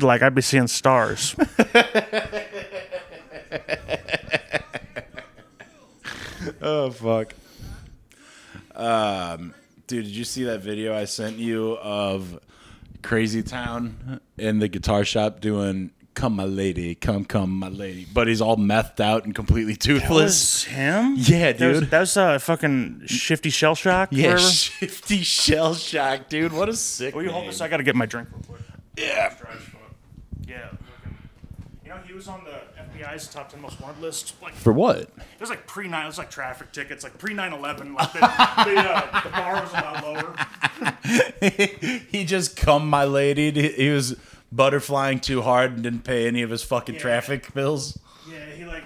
like I'd be seeing stars. Oh fuck. Um, dude, did you see that video I sent you of Crazy Town in the guitar shop doing "Come My Lady, Come Come My Lady," but he's all methed out and completely was toothless. him? Yeah, That was- dude. That was, uh, fucking shifty shell shock. Yeah, whatever. shifty shell shock, dude. What a sick. Will you hold name. this? I gotta get my drink real quick. Yeah. Yeah. You know, he was on the FBI's top 10 most wanted list. Like, For what? it was like pre 9, it was like traffic tickets, like pre 9 11. Like, the, the, uh, the bar was a lot lower. he just come my lady. He was butterflying too hard and didn't pay any of his fucking Yeah. traffic bills. Yeah, he like,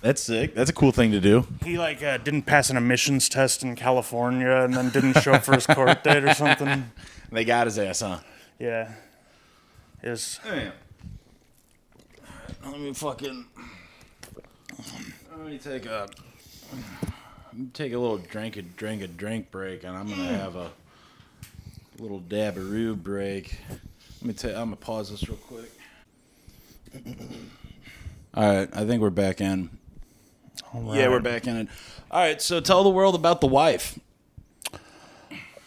That's sick. That's a cool thing to do. he like uh, didn't pass an emissions test in California and then didn't show up for his court date or something. They got his ass, huh? Yeah. It was, Damn. Let me fucking. Let me take a. let me Take a little drink a drink a drink break, and I'm gonna have a little dabberoo break. Let me take. I'm gonna pause this real quick. All right, I think we're back in. Yeah, we're back in it. All right, so tell the world about the wife.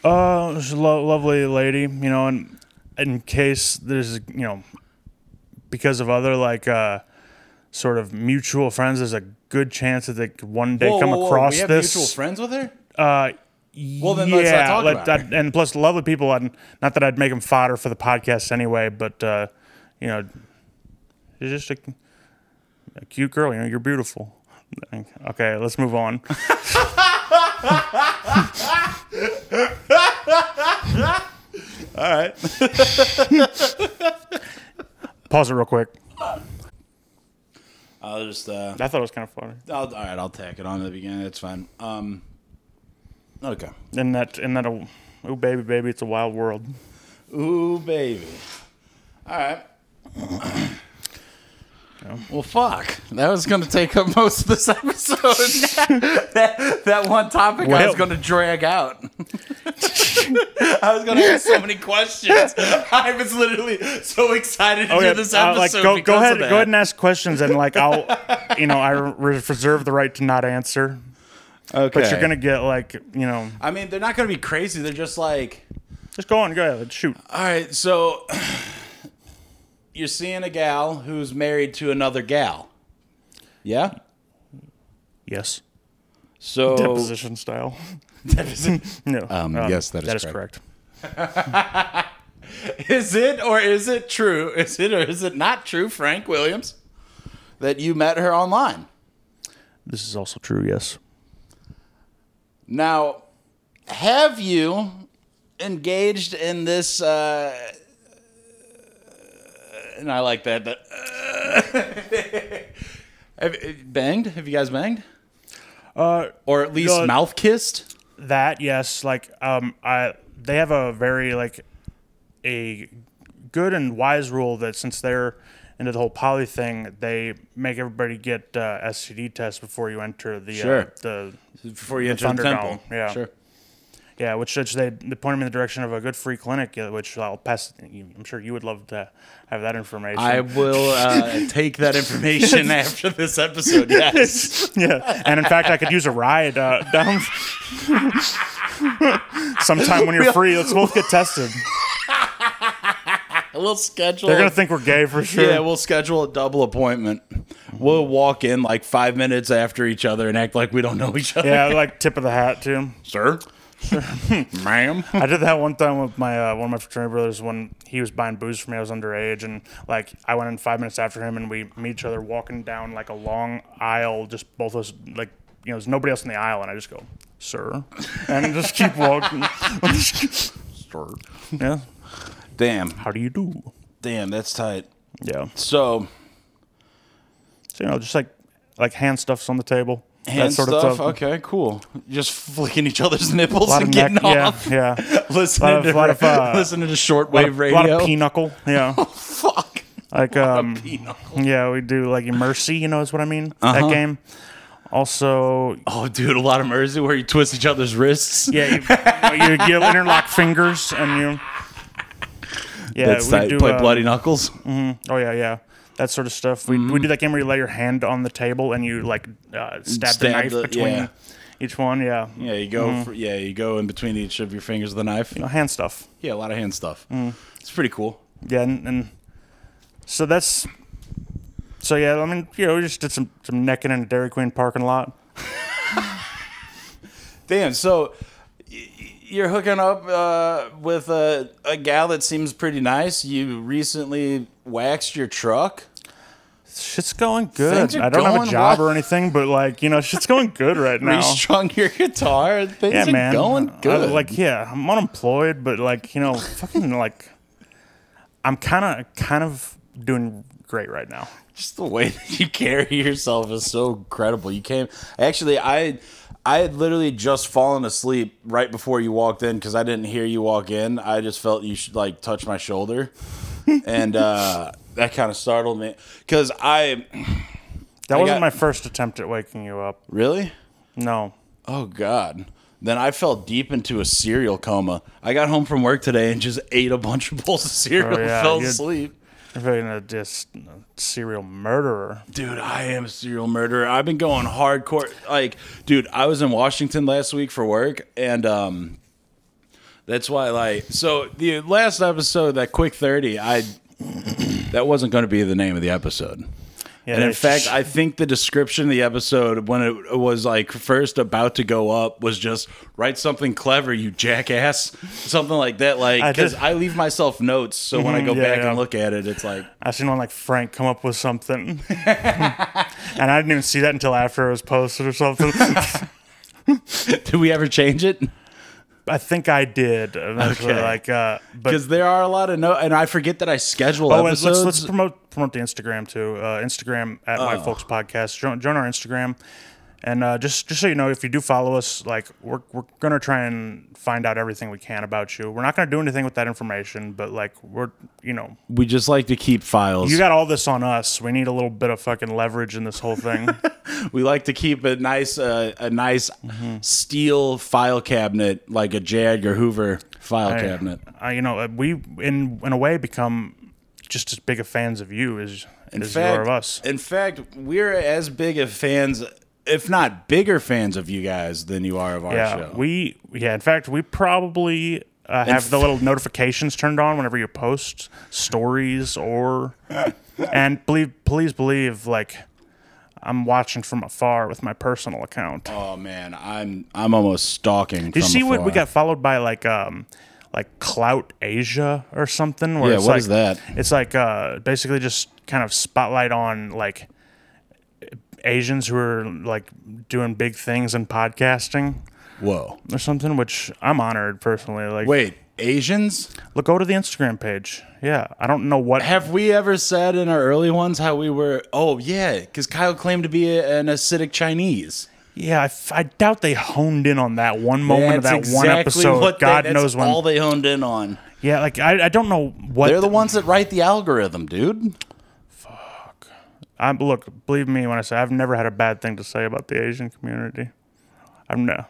Uh, she's a lo- lovely lady, you know, and in case there's, you know, because of other like uh, sort of mutual friends, there's a good chance that they could one day come across we have this. mutual friends with her. Uh, Well, then yeah, let's not talk let- about it. I'd- and plus lovely people. I'd, not that I'd make them fodder for the podcast anyway, but uh, you know, she's just a, a cute girl. You know, you're beautiful. Okay, let's move on. All right. Pause it real quick. I'll just uh, I thought it was kind of funny. I'll, all right, I'll tack it on to the beginning. It's fine. Um, okay. And that, and that, oh, oh, baby, baby, it's a wild world. Ooh, baby. All right. Well, fuck. That was going to take up most of this episode. that, that one topic I was Well- going to drag out. I was going to ask so many questions. I was literally so excited to do this uh, episode. like go, because go of ahead, go that. ahead and ask questions, and like I'll, you know, I re- reserve the right to not answer. Okay. But you're gonna get like, you know, I mean, they're not going to be crazy. They're just like. just go on, go ahead, shoot. All right, so you're seeing a gal who's married to another gal. Yeah? Yes, So deposition style. No. Um, yes, that is correct. correct. is it or is it true? Is it or is it not true, Frank Williams, that you met her online? This is also true. Yes. Now, have you engaged in this uh and I like that, but have, banged? Have you guys banged? Uh, Or at least No. mouth kissed? that yes, like um, I they have a very like a good and wise rule that since they're into the whole poly thing, they make everybody get uh, STD tests before you enter the uh, Sure. the before you enter the Thunderdome, temple. yeah. sure. Yeah, which, which they, they point him in the direction of a good free clinic, uh, which I'll pass. I'm sure you would love to have that information. I will uh, take that information after this episode. Yes. yeah, and in fact, I could use a ride uh, down sometime when you're free. Let's both get tested. We'll schedule. They're gonna think we're gay for sure. Yeah, we'll schedule a double appointment. We'll walk in like five minutes after each other and act like we don't know each other. yeah, like tip of the hat too. Sir? Ma'am? I did that one time with my uh, one of my fraternity brothers when he was buying booze for me. I was underage, and like I went in five minutes after him, and we meet each other walking down like a long aisle, just both of us like you know, there's nobody else in the aisle, and I just go, "Sir," and just keep walking. Sir. yeah, Damn. how do you do? Damn, that's tight. Yeah, So, so you know, just like like hand stuffs on the table, that hand sort of stuff. stuff. okay, cool. Just flicking each other's nipples A lot and of getting neck, off. yeah, yeah. Listening, Lot of- to, lot of, uh, listening to lot of- shortwave lot radio. of pinochle, yeah. Fuck. Like um, Pinochle. yeah, we do like mercy. You know, is what I mean. Uh-huh. That game. Also, Oh, dude, a lot of Mersey where you twist each other's wrists. yeah, you, you, you interlock fingers and you. Yeah, that's we tight. do, play um, bloody knuckles. Oh yeah, yeah. That sort of stuff. We, Mm-hmm. we do that game where you lay your hand on the table and you like uh, stab, the Stab knife the- between yeah. each one. Yeah. Yeah, you go. For, yeah, you go in between each of your fingers with a knife. You know, hand stuff. Mm-hmm. Yeah, Mm. a lot of hand stuff. It's pretty cool. Yeah, and, and so that's so yeah. I mean, you know, we just did some some necking in a Dairy Queen parking lot. Damn. So y- y- you're hooking up uh, with a, a gal that seems pretty nice. You recently waxed your truck. Shit's going good. Things are I don't have going a job well. or anything, but like you know, shit's going good right now. Restrung your guitar. Things yeah, are man. going good. I, like yeah, I'm unemployed, but like you know, fucking like I'm kind of kind of doing great right now. just the way that you carry yourself is so incredible. You came actually I I had literally just fallen asleep right before you walked in because I didn't hear you walk in. I just felt you should like touch my shoulder, and uh, that kind of startled me because I That wasn't got- my first attempt at waking you up. really No. oh god. Then I fell deep into a cereal coma. I got home from work today and just ate a bunch of bowls of cereal Oh, yeah, and fell you'd- asleep. I'm fucking a just a serial murderer. Dude, I am a serial murderer. I've been going hardcore. Like, dude, I was in Washington last week for work, and um, that's why. Like, so the last episode, that quick thirty, I that wasn't going to be the name of the episode. Yeah, And in they- fact, I think the description of the episode when it was like first about to go up was just write something clever, you jackass, something like that. Like, I because did- Mm-hmm. I, leave myself notes, so when I go yeah, back yeah. and look at it, it's like. I seen one like Frank come up with something, and I didn't even see that until after it was posted or something. Do we ever change it? I think I did eventually. Okay. Like, uh, but because there are a lot of no, and I forget that I schedule oh, and episodes. let's let's promote promote the Instagram too. Uh, Instagram at White Folks Podcast. Join, join our Instagram, and uh, just just so you know, if you do follow us, like we're we're gonna try and find out everything we can about you. We're not gonna do anything with that information, but like we're you know we just like to keep files. you got all this on us. We need a little bit of fucking leverage in this whole thing. we like to keep a nice, uh, a nice Mm-hmm. steel file cabinet, like a Jag or Hoover file cabinet. I, you know, uh, we in in a way become just as big of fans of you as as you are of us. in fact, we're as big of fans, if not bigger fans of you guys than you are of our Yeah, show. we yeah. In fact, we probably uh, have the little notifications turned on whenever you post stories or. and believe, please believe, like I'm watching from afar with my personal account. oh man, I'm I'm almost stalking. Did you see what we got followed by like um like clout asia or something where Yeah, it's what like, is that? it's like uh basically just kind of spotlight on like asians who are like doing big things in podcasting Whoa, or something which i'm honored personally like wait, Asians? look go to the instagram page yeah i don't know what Have we ever said in our early ones how we were? Oh yeah, because Kyle claimed to be a- an acidic Chinese. yeah I, f- I doubt they honed in on that one moment of that one episode what they- god that's knows when All they honed in on. yeah like I, I don't know what They're the ones that write the algorithm, dude. I'm look, believe me when I say I've never had a bad thing to say about the Asian community. I've no,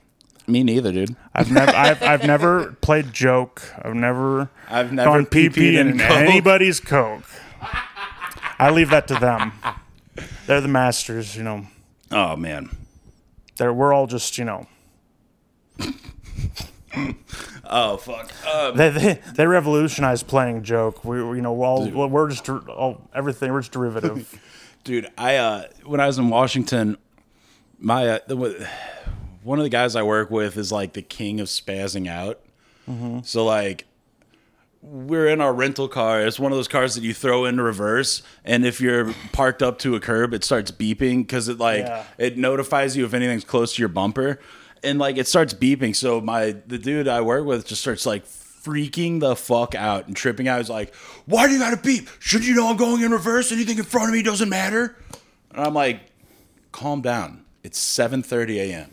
Me neither, dude. I've never, I've, I've never played joke. I've never, I've never gone pee pee-peed pee in in Coke. anybody's coke. I leave that to them. They're the masters, you know. Oh man. They're we're all just you know Oh fuck. Uh, they they, they revolutionized playing joke. We we- you know we're all we're just der- all, everything we're just derivative. dude, I uh, when I was in Washington, my uh, the, wa- one of the guys I work with is like the king of spazzing out. Mm-hmm. So like we're in our rental car. It's one of those cars that you throw into reverse, and if you're parked up to a curb, it starts beeping because it like Yeah. it notifies you if anything's close to your bumper, and like it starts beeping. So my the dude I work with just starts like freaking the fuck out and tripping out. He's like, "Why do you gotta beep? Should you know I'm going in reverse? Anything in front of me doesn't matter." And I'm like, "Calm down. It's 7:30 a.m."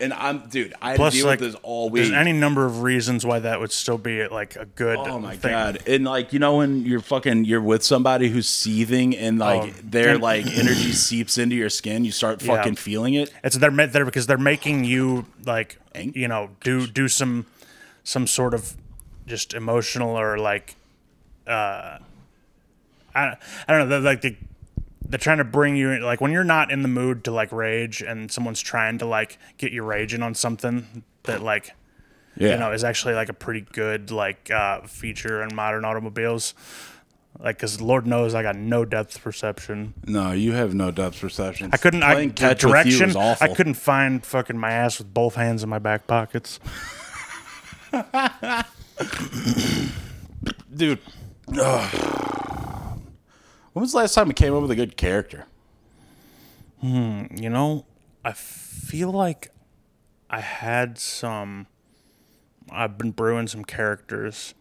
And I'm, dude, I had Plus, to deal like, with this all week. there's any number of reasons why that would still be like a good. Oh my thing. god! And like you know when you're fucking you're with somebody who's seething and like Oh. their like energy seeps into your skin, you start fucking feeling it. It's they're meant there because they're making you like Ang- you know do do some some sort of just emotional or like uh, I, I don't know. They're like the, they're trying to bring you like when you're not in the mood to like rage, and someone's trying to like get you raging on something that like Yeah. you know is actually like a pretty good like uh, feature in modern automobiles. Like, cause Lord knows I got no depth perception. no, you have no depth perception. I couldn't. I Playing catch the with you direction. is awful. I couldn't find fucking my ass with both hands in my back pockets. dude. Ugh. When was the last time we came up with a good character? You know, I feel like I had some. I've been brewing some characters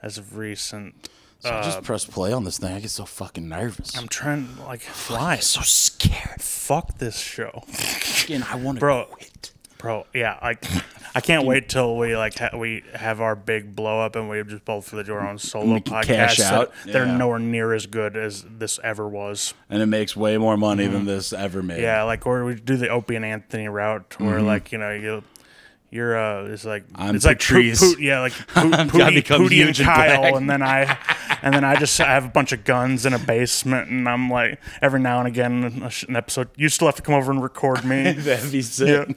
as of recent. So I just press play on this thing. I get so fucking nervous. Uh, I'm trying like why so scared. fuck this show, Fucking, I want to Bro. quit. bro. Yeah, like I can't wait till we like ha- we have our big blow up and we just both do our own solo We can podcast. cash that- out. They're Yeah. nowhere near as good as this ever was. And it makes way more money than this ever made. Mm-hmm. Yeah, like or we do the Opie and Anthony route, where like you know you, you're uh, it's like Mm-hmm. I'm it's like Patrice. yeah, like Poot- I've Pootie, become Pootie huge and and Kyle, black. and then I, and then I just I have a bunch of guns in a basement, and I'm like every now and again a sh- an episode. You still have to come over and record me. That'd be sick.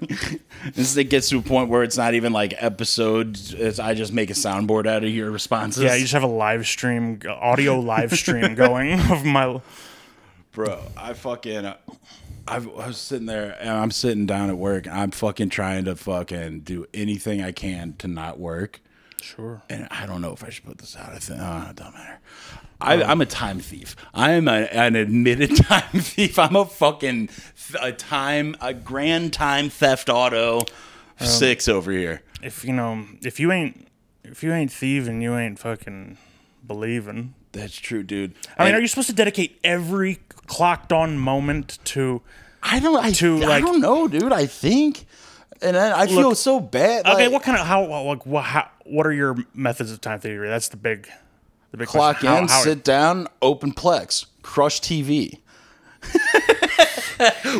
this it gets to a point where it's not even like episodes. It's, I just make a soundboard out of your responses. Yeah, you just have a live stream, audio live stream going of my. bro. I fucking. I've, I was sitting there and I'm sitting down at work. And I'm fucking trying to fucking do anything I can to not work. Sure. and I don't know if I should put this out. I think oh, it don't matter. I, I'm a time thief. I am a, an admitted time thief. I'm a fucking th- a time a grand time theft auto Um, six over here. If you know, if you ain't, if you ain't thieving, you ain't fucking believing. That's true, dude. I mean, are you supposed to dedicate every clocked on moment to? I don't. I, to, I like- don't know, dude. I think, and I, I feel so bad. Okay, like, what kind of how like what, how, what are your methods of time theory? That's the big, the big clock question. How- in, how- sit down, open Plex, crush TV.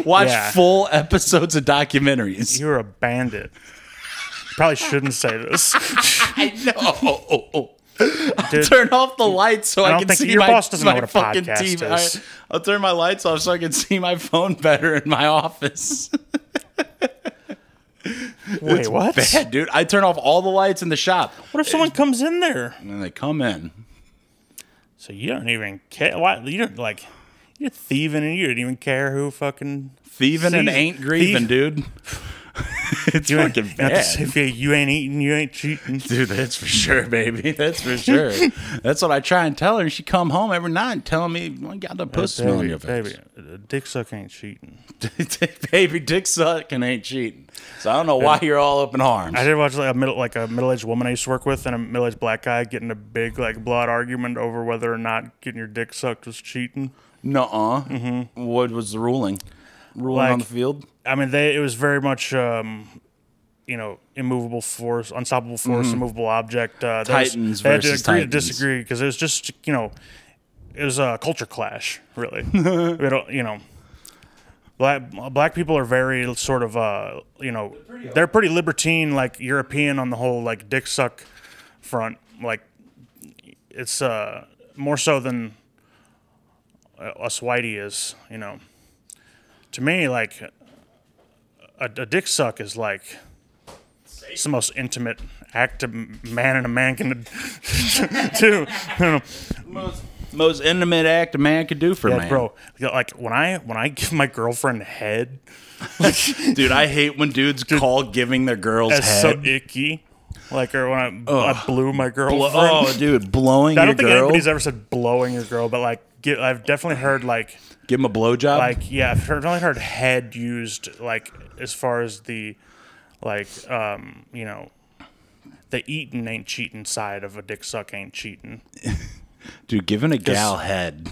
Watch Yeah. full episodes of documentaries. You're a bandit. Probably shouldn't say this. I know. oh, I'll Dude. turn off the lights so I, don't can think- see your my, boss doesn't know my what a fucking podcast TV. is. I, I'll turn my lights off so I can see my phone better in my office. Wait, what? Bad, dude. I turn off all the lights in the shop. What if someone comes in there? And then they come in. So you don't even care. Why you don't like? You're thieving and you don't even care who fucking. Thieving and Season- ain't grieving, thief- dude. it's You ain't, fucking you know, bad. if you, you ain't eating, you ain't cheating. Dude, that's for sure, baby. That's for sure. that's what I try and tell her. She come home every night telling me, "Well, you got the pussy smell in Baby, your face." baby, uh, dick suck ain't cheating. baby dick suck and ain't cheating. So I don't know why you're all up in arms. I did watch like a middle like a middle aged woman I used to work with and a middle aged black guy getting a big like blood argument over whether or not getting your dick sucked was cheating. Nuh uh. What was the ruling? Ruling on Mm-hmm. the Like- field? I mean they it was very much um you know immovable force, unstoppable force, immovable object. Uh, there was- Mm-hmm. Titans they had to versus agree Titans. to disagree because it was just you know it was a culture clash really. we don't, you know. Black, black people are very sort of uh you know they're pretty libertine like European on the whole like dick suck front like it's uh more so than uh, us whitey is you know to me like a, a dick suck is like it's the most intimate act a m- man and a man can do Most, most intimate act a man could do for Yeah, man. bro like when i when i give my girlfriend head Dude, I hate when dudes call giving their girls that's head. so icky like or when i, I blew my girlfriend Blo- oh, dude, blowing i your don't think girl. anybody's ever said blowing your girl but like get, i've definitely heard like Give him a blowjob. like yeah i've heard, only heard head used like as far as the like um you know the eating ain't cheating side of a dick suck ain't cheating dude, giving a gal head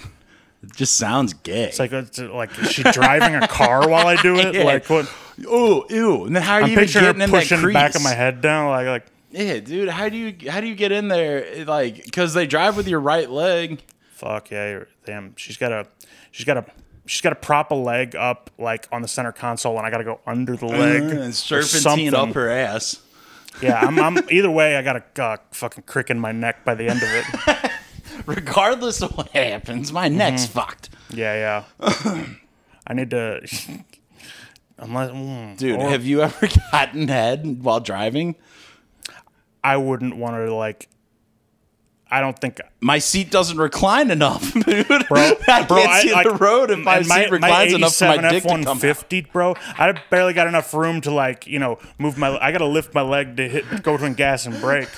it just sounds gay. it's like it's like is she driving a car while i do it Yeah. like what ooh, ew. And then how are i'm you even picturing getting her in that pushing the crease? back of my head down like like Yeah, dude, how do you how do you get in there? It, Like, because they drive with your right leg. fuck yeah you're- damn she's got a she's got a she's got to prop a leg up like on the center console and i gotta go under the leg uh, Uh-huh, and or serpentine something. up her ass. yeah I'm, I'm either way i gotta uh, fucking crick in my neck by the end of it regardless of what happens, my Mm-hmm. neck's fucked. Yeah, yeah. I need to. Unless, mm, Dude, or have you ever gotten head while driving? I wouldn't want to like. I don't think, My seat doesn't recline enough, dude. I can't bro. I, see I- the road if my, and seat reclines enough for my 87 dick to come out. F-150, bro. I barely got enough room to like, you know, move my. I gotta lift my leg to hit go between gas and brake.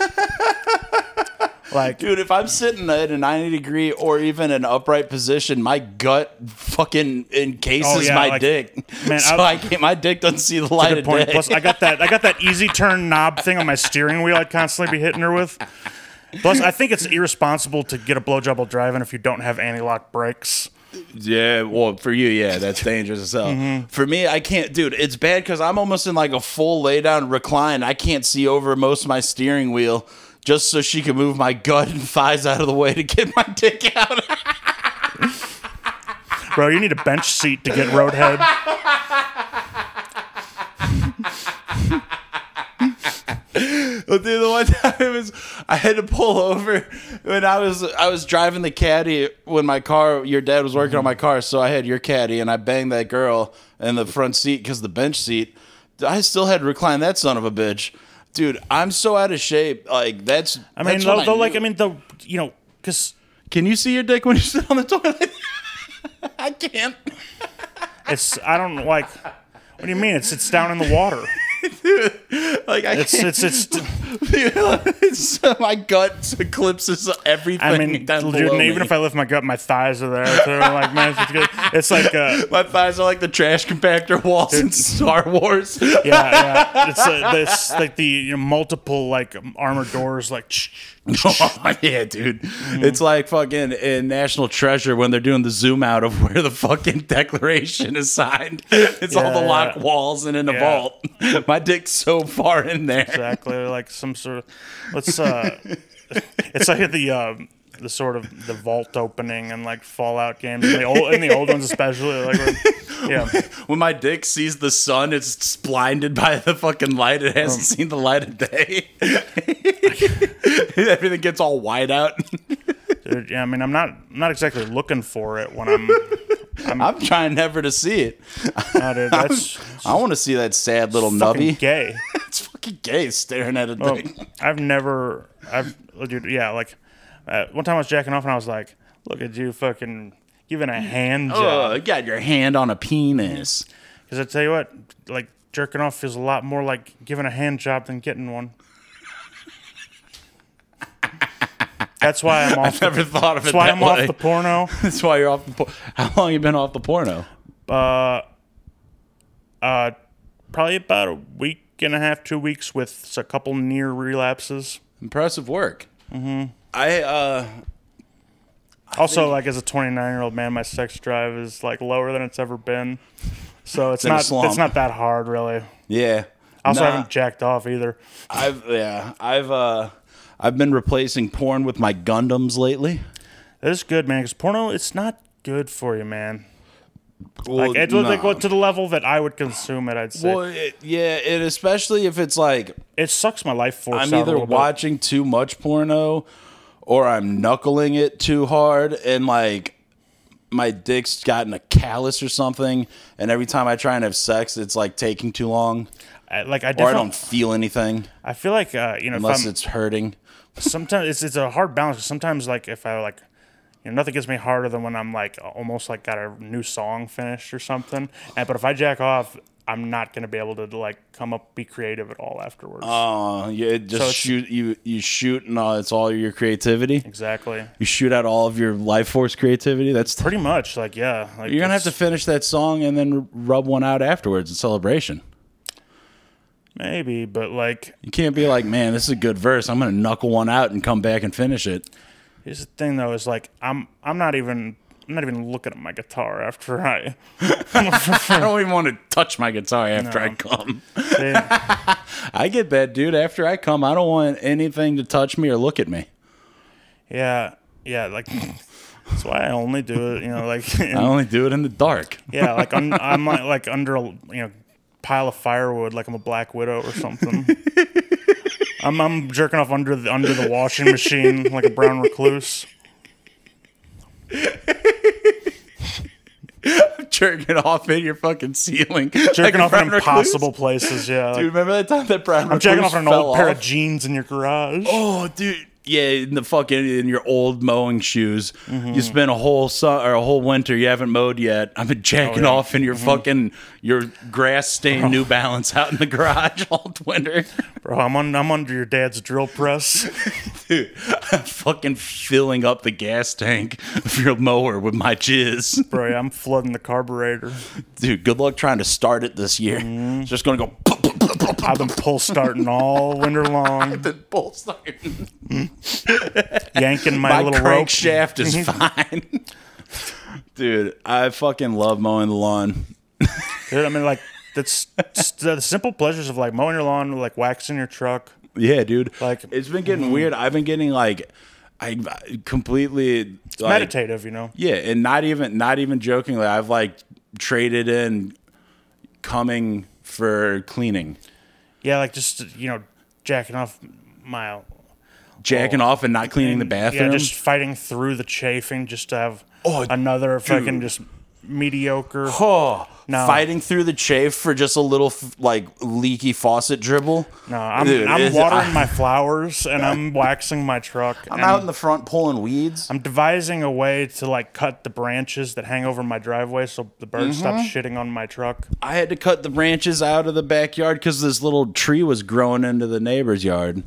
like, Dude, if I'm sitting at a 90 degree or even an upright position, my gut fucking encases Oh, yeah, my like- dick. man, so I- I, can't, my dick doesn't see the light good of point. day. Plus, I got that I got that easy turn knob thing on my steering wheel. I'd constantly be hitting her with. Plus, I think it's irresponsible to get a blowjob while driving if you don't have anti-lock brakes. Yeah, well, for you, yeah, that's dangerous as hell. Mm-hmm. For me, I can't, dude. It's bad because I'm almost in like a full lay down recline. I can't see over most of my steering wheel just so she can move my gut and thighs out of the way to get my dick out. Bro, you need a bench seat to get roadhead. But dude, the one time is I had to pull over when I was I was driving the caddy when my car your dad was working on Mm-hmm. my car, so I had your caddy and I banged that girl in the front seat because the bench seat. I still had to recline that son of a bitch. Dude, I'm so out of shape. Like that's. I mean, though, though, like, I mean, the you know, because can you see your dick when you sit on the toilet? I can't. it's I don't like. What do you mean? It's it's down in the water. Like I It's can't. it's it's. It's, my gut eclipses everything. I mean, down dude, below even me. if I lift my gut, my thighs are there. So like, man, it's, good. it's like, uh, My thighs are like the trash compactor walls in Star Wars. yeah, yeah. It's, uh, it's like the you know, multiple like armored doors, like. yeah, dude. It's like fucking in National Treasure when they're doing the zoom out of where the fucking declaration is signed. It's all the Yeah. locked walls and in a Yeah. vault. My dick's so far in there. exactly or like some sort of let's uh it's like the um the sort of the vault opening and like fallout games and the old and the old ones especially like where- yeah When my dick sees the sun, it's blinded by the fucking light. It hasn't Oh. seen the light of day. Everything gets all white out. dude, yeah i mean i'm not I'm not exactly looking for it when i'm I'm trying never to see it. not dude, that's I want to see that sad little fucking nubby. gay It's fucking gay staring at a Oh, dick. i've never i've dude yeah like uh, one time i was jacking off and i was like look at you fucking giving a hand job Oh, you got your hand on a penis. because i tell you what like jerking off feels a lot more like giving a hand job than getting one that's why i'm off the, Never thought of it that's why that i'm way. off the porno That's why you're off the. Por- How long you been off the porno? uh probably about a week and a half two weeks with a couple near relapses Impressive work. Mm-hmm. I uh, also like as a 29 year old man my sex drive is like lower than it's ever been so it's in a not slump. it's not that hard really yeah. I also Nah, haven't jacked off either I've yeah, I've uh, I've been replacing porn with my Gundams lately. That is good, man. Because porno, it's not good for you, man. Well, Like, it's like nah. what to the level that I would consume it. I'd say Well, it- yeah, and especially if it's like it sucks my life force. I'm out a either little bit. watching too much porno or I'm knuckling it too hard and like my dick's gotten a callus or something and every time I try and have sex it's like taking too long I, like I or definitely, I I, don't feel anything feel like uh, you know, if unless I'm, it's hurting. sometimes it's it's a hard balance. 'cause Sometimes like if I like. You know, nothing gets me harder than when I'm like almost like got a new song finished or something. And, but if I jack off, I'm not gonna be able to like come up be creative at all afterwards. Oh, yeah, it just Uh, it's- shoot you you shoot and all, it's all your creativity. exactly. You shoot out all of your life force creativity. That's Pretty much, like yeah. Like you're gonna have it's- to finish that song and then rub one out afterwards in celebration. maybe, but like You can't be like, man, this is a good verse. I'm gonna knuckle one out and come back and finish it. Here's the thing though, is like I'm I'm not even I'm not even looking at my guitar after I I don't even want to touch my guitar after I come. they- I get that, dude. After I come, I don't want anything to touch me or look at me. yeah yeah like that's why I only do it you know like I only do it in the dark. yeah like I'm, I'm like, like under a you know pile of firewood like I'm a black widow or something. I'm I'm jerking off under the under the washing machine like a brown recluse. jerking off in your fucking ceiling. like Jerking off Brown in Recluse. impossible places. Yeah. Dude, remember that time that Brown I'm jerking off in an old pair of jeans. jeans in your garage. Oh, dude. Yeah, in the fucking in your old mowing shoes. Mm-hmm. You spent a whole summer or a whole winter you haven't mowed yet. I've been jacking Oh, yeah. Mm-hmm. Oh. off in your fucking your grass stained New Balance out in the garage all winter. Bro, I'm on. I'm under your dad's drill press. Dude, I'm fucking filling up the gas tank of your mower with my jizz. Bro, yeah, I'm flooding the carburetor. Dude, good luck trying to start it this year. Mm-hmm. It's just gonna go I've been pull starting all winter long, bull starting. yanking my, my little rope. Mm-hmm. crankshaft is fine. Dude, I fucking love mowing the lawn. Dude, I mean, like that's s- the simple pleasures of like mowing your lawn, like waxing your truck. Yeah, dude. Like- mm-hmm. it's been getting weird. I've been getting like I I completely like, Meditative, you know. Yeah, and not even not even jokingly, I've like traded in coming for cleaning. Yeah, like just you know, jacking off mile. Jacking off and not cleaning the bathroom. Oh. Yeah, just fighting through the chafing just to have Oh, another fucking just mediocre. oh, No. fighting through the chafe for just a little f- like leaky faucet dribble. No, uh, I'm, Dude, I'm it's- watering I- my flowers and I'm waxing my truck. I'm and out in the front pulling weeds. I'm devising a way to like cut the branches that hang over my driveway so the birds stop Mm-hmm. shitting on my truck. I had to cut the branches out of the backyard because this little tree was growing into the neighbor's yard.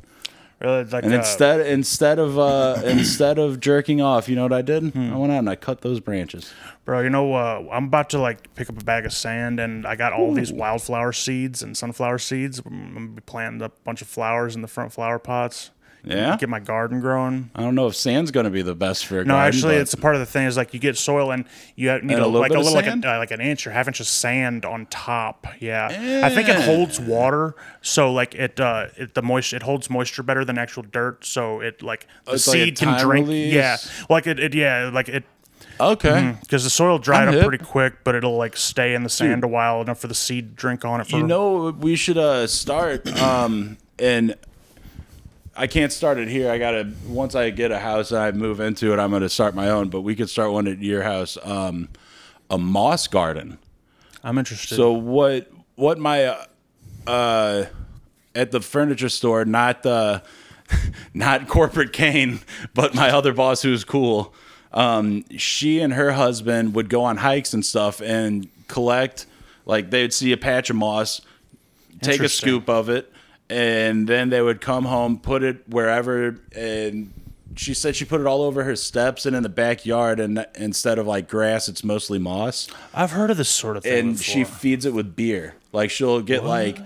Really, like And uh, instead, instead of uh, instead of jerking off, you know what I did? Hmm. I went out and I cut those branches. bro, you know, uh, I'm about to like pick up a bag of sand and I got all these wildflower seeds and sunflower seeds. I'm gonna be planting up a bunch of flowers in the front flower pots. Yeah, Oh, Get my garden growing. I don't know if sand's going to be the best for a No, garden, actually, but- it's a part of the thing. Is like you get soil and you ha- need a, And a little like bit a of little like, sand? a, uh, like an inch or half inch of sand on top. Yeah, I think it holds water, so like it uh it, the moisture it holds moisture better than actual dirt, so it like the It's like a seed time can drink. release? Yeah, like it, it yeah like it okay. because the soil dried I'm up hip. pretty quick, but it'll like stay in the sand a while enough for the seed to drink on it. For You know, what we should uh, start. Um, and I can't start it here. I gotta once I get a house and I move into it, I'm gonna start my own. But we could start one at your house. Um, a moss garden. I'm interested. So what what my uh, uh at the furniture store, not uh not corporate Kane, but my other boss who's cool. Um she and her husband would go on hikes and stuff and collect like they would see a patch of moss, take a Interesting. scoop of it, and then they would come home, put it wherever and she said she put it all over her steps and in the backyard and instead of like grass it's mostly moss I've heard of this sort of thing. and she before. feeds it with beer. Like she'll get like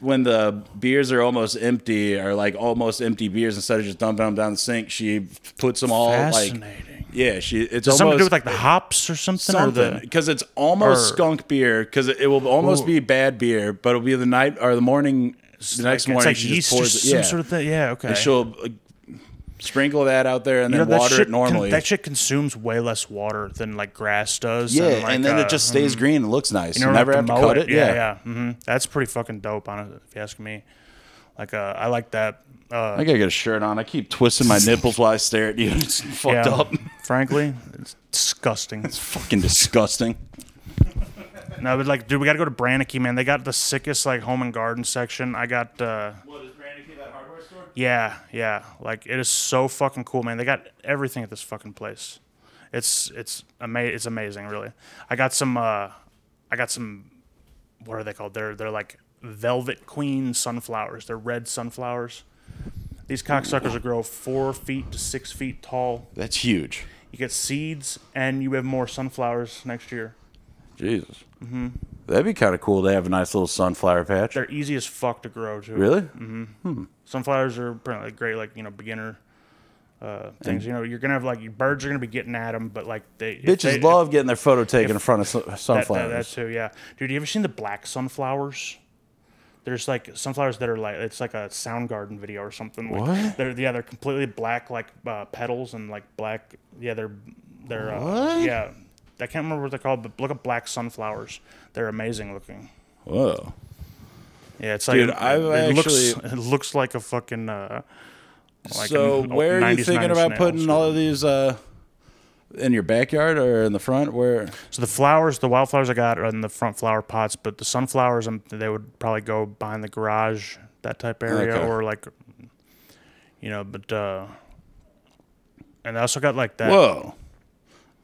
when the beers are almost empty or like almost empty beers instead of just dumping them down the sink, she puts them all like Fascinating. yeah. She it's something to almost do with like the hops or something, or something the because it's almost or- skunk beer because it, it will almost Ooh. be bad beer, but it'll be the night or the morning. The next like, morning, it's like she yeast just or pours it. some Yeah, sort of thing. Yeah, okay. and she'll uh, sprinkle that out there and You then know, that water shit con- it normally. that shit consumes way less water than like grass does. yeah, like, and then uh, it just stays green and looks nice. You, you don't never have to mow cut it. Yeah, yeah. hmm That's pretty fucking dope, honestly, if you ask me. Like, uh, I like that. Uh, I gotta get a shirt on. I keep twisting my nipples while I stare at you. It's fucked yeah, up. Frankly, it's disgusting. Fucking disgusting. no, but like, dude, we gotta go to Brannicky, man. They got the sickest like home and garden section. I got. Uh, What is Brandy that hardware store? Yeah, yeah. Like it is so fucking cool, man. They got everything at this fucking place. It's it's ama- it's amazing, really. I got some uh I got some what are they called? They're they're like velvet queen sunflowers. They're red sunflowers. These cocksuckers will grow four feet to six feet tall. That's huge. You get seeds and you have more sunflowers next year. Jesus. Mm-hmm. That'd be kind of cool to have a nice little sunflower patch. They're easy as fuck to grow too. Really? sunflowers are apparently great like you know beginner uh, things you know you're gonna have like your birds are gonna be getting at them but like they if Bitches they- love getting their photo taken in front of su- that, that, sunflowers. that too yeah dude you ever seen the black sunflowers there's like sunflowers that are like it's like a Soundgarden video or something like What? they're yeah they're completely black like uh, petals and like black yeah they're they're uh, What? yeah I can't remember what they're called but look at black sunflowers they're amazing looking Whoa. yeah it's like Dude, it, I've it looks actually- it looks like a fucking uh, like so an old where are 90s you thinking Nine Inch about Nails. putting all of these uh, In your backyard or in the front? Where? So the flowers, the wildflowers I got are in the front flower pots, but the sunflowers, um, they would probably go behind the garage, that type area, Okay. or like, you know, but, uh, and I also got like that. Whoa.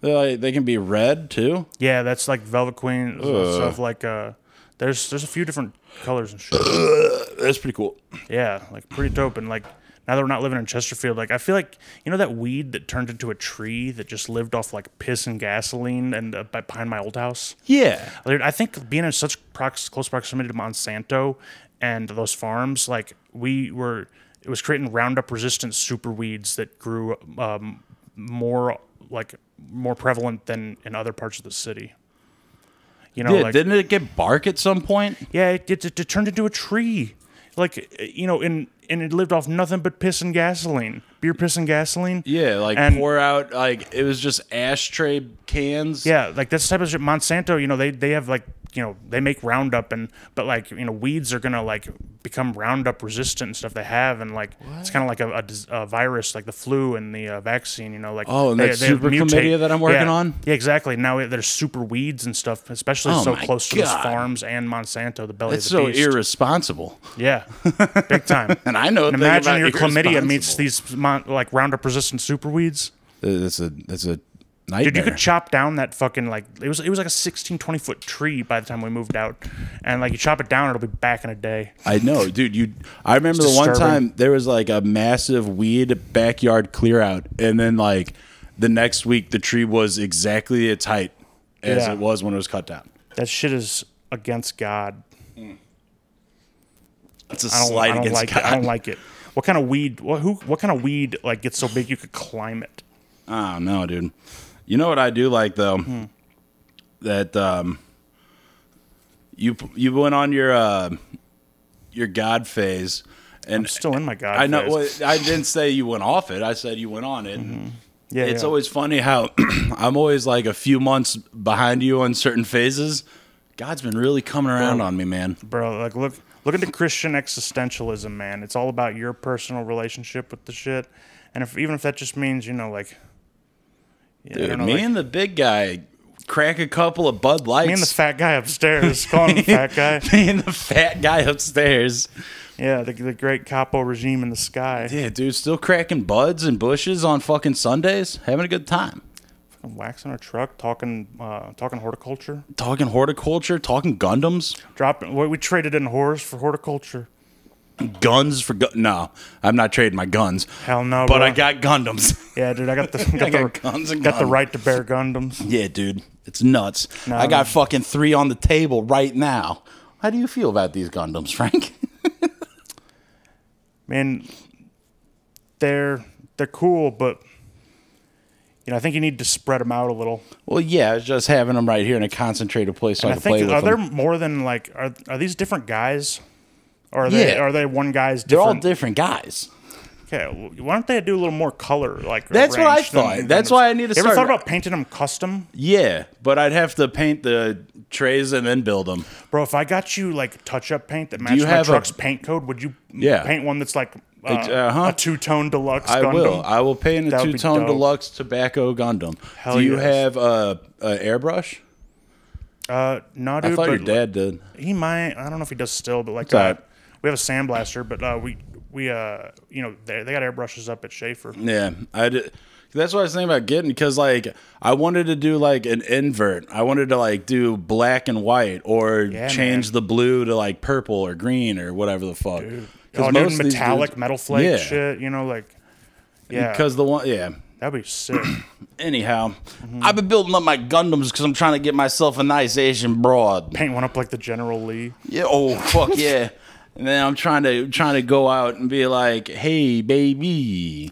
They're like, they can be red too. Yeah, that's like Velvet Queen Ugh. stuff. Like, uh, there's there's a few different colors and shit. That's pretty cool. yeah, like pretty dope. And like now that we're not living in Chesterfield, like I feel like you know that weed that turned into a tree that just lived off like piss and gasoline and uh, by- behind my old house. Yeah. Dude, I think being in such prox- close proximity to Monsanto and those farms, like we were, it was creating Roundup resistant super weeds that grew um, more like more prevalent than in other parts of the city. You know, Yeah, like didn't it get bark at some point? yeah, it, it, it turned into a tree, like you know, and and it lived off nothing but piss and gasoline, beer, piss and gasoline. Yeah, like And- pour out like it was just ashtray cans. Yeah, like that's the type of shit. Monsanto, you know, they they have like you know they make Roundup and but like you know weeds are gonna like become Roundup resistant and stuff. They have and like it's kind of like a, a dis- a virus, like the flu and the uh, vaccine. You know, like Oh, and they- that they super mutate. chlamydia that I'm working Yeah. on? Yeah, exactly. Now it- there's super weeds and stuff, especially Oh so my close to those God. farms and Monsanto, the belly That's of the so beast. irresponsible. yeah, big time. And I know. a And thing imagine about your chlamydia meets irresponsible. these mon- like Roundup resistant superweeds. Uh, That's a that's a nightmare. Dude, you could chop down that fucking like it was it was like a 16, 20 foot tree by the time we moved out, and like you chop it down, it'll be back in a day. I know, dude. You. I remember the one disturbing. time there was like a massive weed backyard clear out, and then like the next week the tree was exactly its height as Yeah. it was when it was cut down. That shit is against God. It's a I don't, slight I don't against like God. it. I don't like it. What kind of weed? What who? What kind of weed like gets so big you could climb it? Oh no, dude. You know what I do like though? Hmm. That um you you went on your uh your god phase and I'm still in my God. I know phase. well, I didn't say you went off it. I said you went on it. yeah, It's yeah. always funny how I'm always like a few months behind you on certain phases. God's been really coming around Bro. on me, man. bro. Like look, look at the Christian existentialism, man. It's all about your personal relationship with the shit, and if even if that just means you know like, yeah, I Dude, don't know, me like- and the big guy crack a couple of Bud Lights. me and the fat guy upstairs calling him the fat guy. me and the fat guy upstairs. Yeah, the, the great capo regime in the sky. Yeah, dude, still cracking buds and bushes on fucking Sundays, having a good time. Fucking waxing our truck, talking, uh, talking horticulture. Talking horticulture, talking Gundams, Dropping. We, we traded in horrors for horticulture. guns for gu- no. I'm not trading my guns, Hell no. but bro. I got Gundams. Yeah, dude, I got the got, I got the, guns and got the guns. right to bear Gundams. yeah, dude, it's nuts. I got fucking three on the table right now. How do you feel about these Gundams, Frank? Man, they're they're cool, but you know, I think you need to spread them out a little. well, yeah, I was just having them right here in a concentrated place so I, I could play think with are there them. more than like are are these different guys? Or are they Yeah. are they one guy's They're all different? different guys. Okay, well, why don't they do a little more color? Like That's what I range than- thought. than That's the- why I need to You Ever start- thought about painting them custom, Yeah, but I'd have to paint the trays and then build them. bro? If I got you like touch-up paint that matched you my have a- truck's paint code, would you m- Yeah. paint one that's like uh, Ex- uh-huh. a two-tone deluxe? I Gundam? will. I will pay in a That would two be tone dope. deluxe tobacco Gundam. Hell Do you yes. have a, a airbrush? Uh, no, dude. I thought but your dad did. He might. I don't know if he does still, but like all right. uh, we have a sandblaster, but uh, we we uh you know they they got airbrushes up at Schaefer. Yeah, I did. That's what I was thinking about getting because like I wanted to do like an invert. I wanted to like do black and white or change man. the blue to like purple or green or whatever the fuck. Oh, most dude, of these metallic dudes- metal flake Yeah. shit. You know, like yeah, Because the one, yeah. that'd be sick. Anyhow, Mm-hmm. I've been building up my Gundams because I'm trying to get myself a nice Asian broad. paint one up like the General Lee. Yeah. Oh fuck yeah. And then I'm trying to trying to go out and be like, hey baby,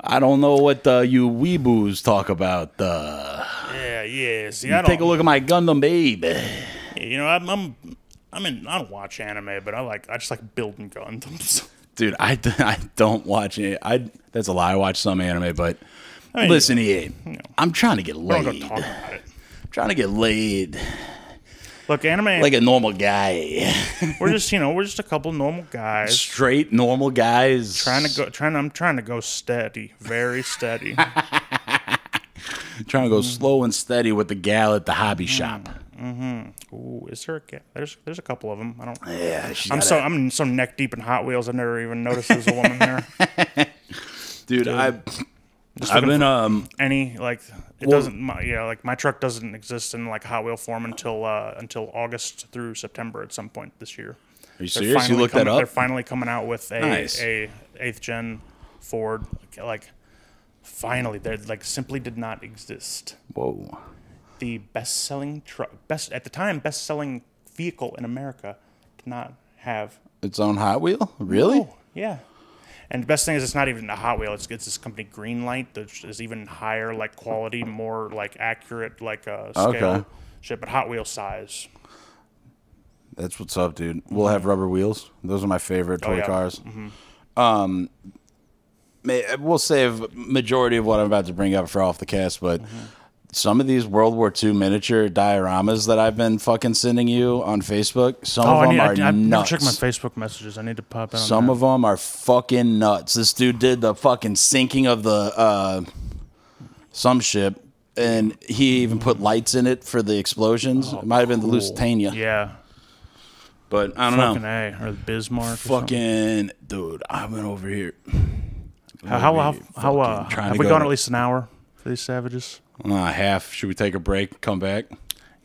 I don't know what uh, you weeboos talk about. Uh, Yeah, yeah. See, I don't take a look at my Gundam baby. You know, I'm, I'm, I'm in. I don't watch anime, but I like. I just like building Gundams. Dude, I, I don't watch it. I that's a lie. I watch some anime, but mean, listen, EA, I'm trying to get I'm laid. gonna talk about it. trying to get laid Look, anime. like a normal guy, we're just, you know, we're just a couple normal guys straight normal guys. trying to go. Trying. I'm trying to go steady, very steady. trying to go slow and steady with the gal at the hobby shop. Ooh, is there a ga- there's there's a couple of them. I don't. Yeah, she's I'm got so I'm so neck deep in Hot Wheels. I never even noticed there's a woman there. a- dude. I I've been um Any like it doesn't. My, yeah, like my truck doesn't exist in like Hot Wheel form until uh, until August through September at some point this year. Are They're you serious? You finally looked that coming- They're up? finally coming out with a Nice. a eighth gen Ford. Like finally, they like simply did not exist. Whoa. the best selling truck best at the time best selling vehicle in America did not have Its own Hot Wheel? Really? yeah. And the best thing is it's not even a Hot Wheel. It's, it's this company Greenlight that is even higher like quality, more like accurate like uh, scale Okay. shit, but Hot Wheel size. That's what's up, dude. We'll have rubber wheels. Those are my favorite toy Oh, yeah. Mm-hmm. cars. Um, may, we'll save majority of what I'm about to bring up for off the cast, but Mm-hmm. some of these World War II miniature dioramas that I've been fucking sending you on Facebook, some Oh, of them are nuts. Facebook messages. I need to pop in. some of them are fucking nuts. This dude did the fucking sinking of the uh, some ship, and he even put lights in it for the explosions. it might have been the Lusitania, Oh, yeah, but I don't know. fucking A or the Bismarck. Fucking dude, I went over here. how how how, how uh, fucking trying have to we go gone to- at least an hour for these savages? Uh, half. Should we take a break? Come back.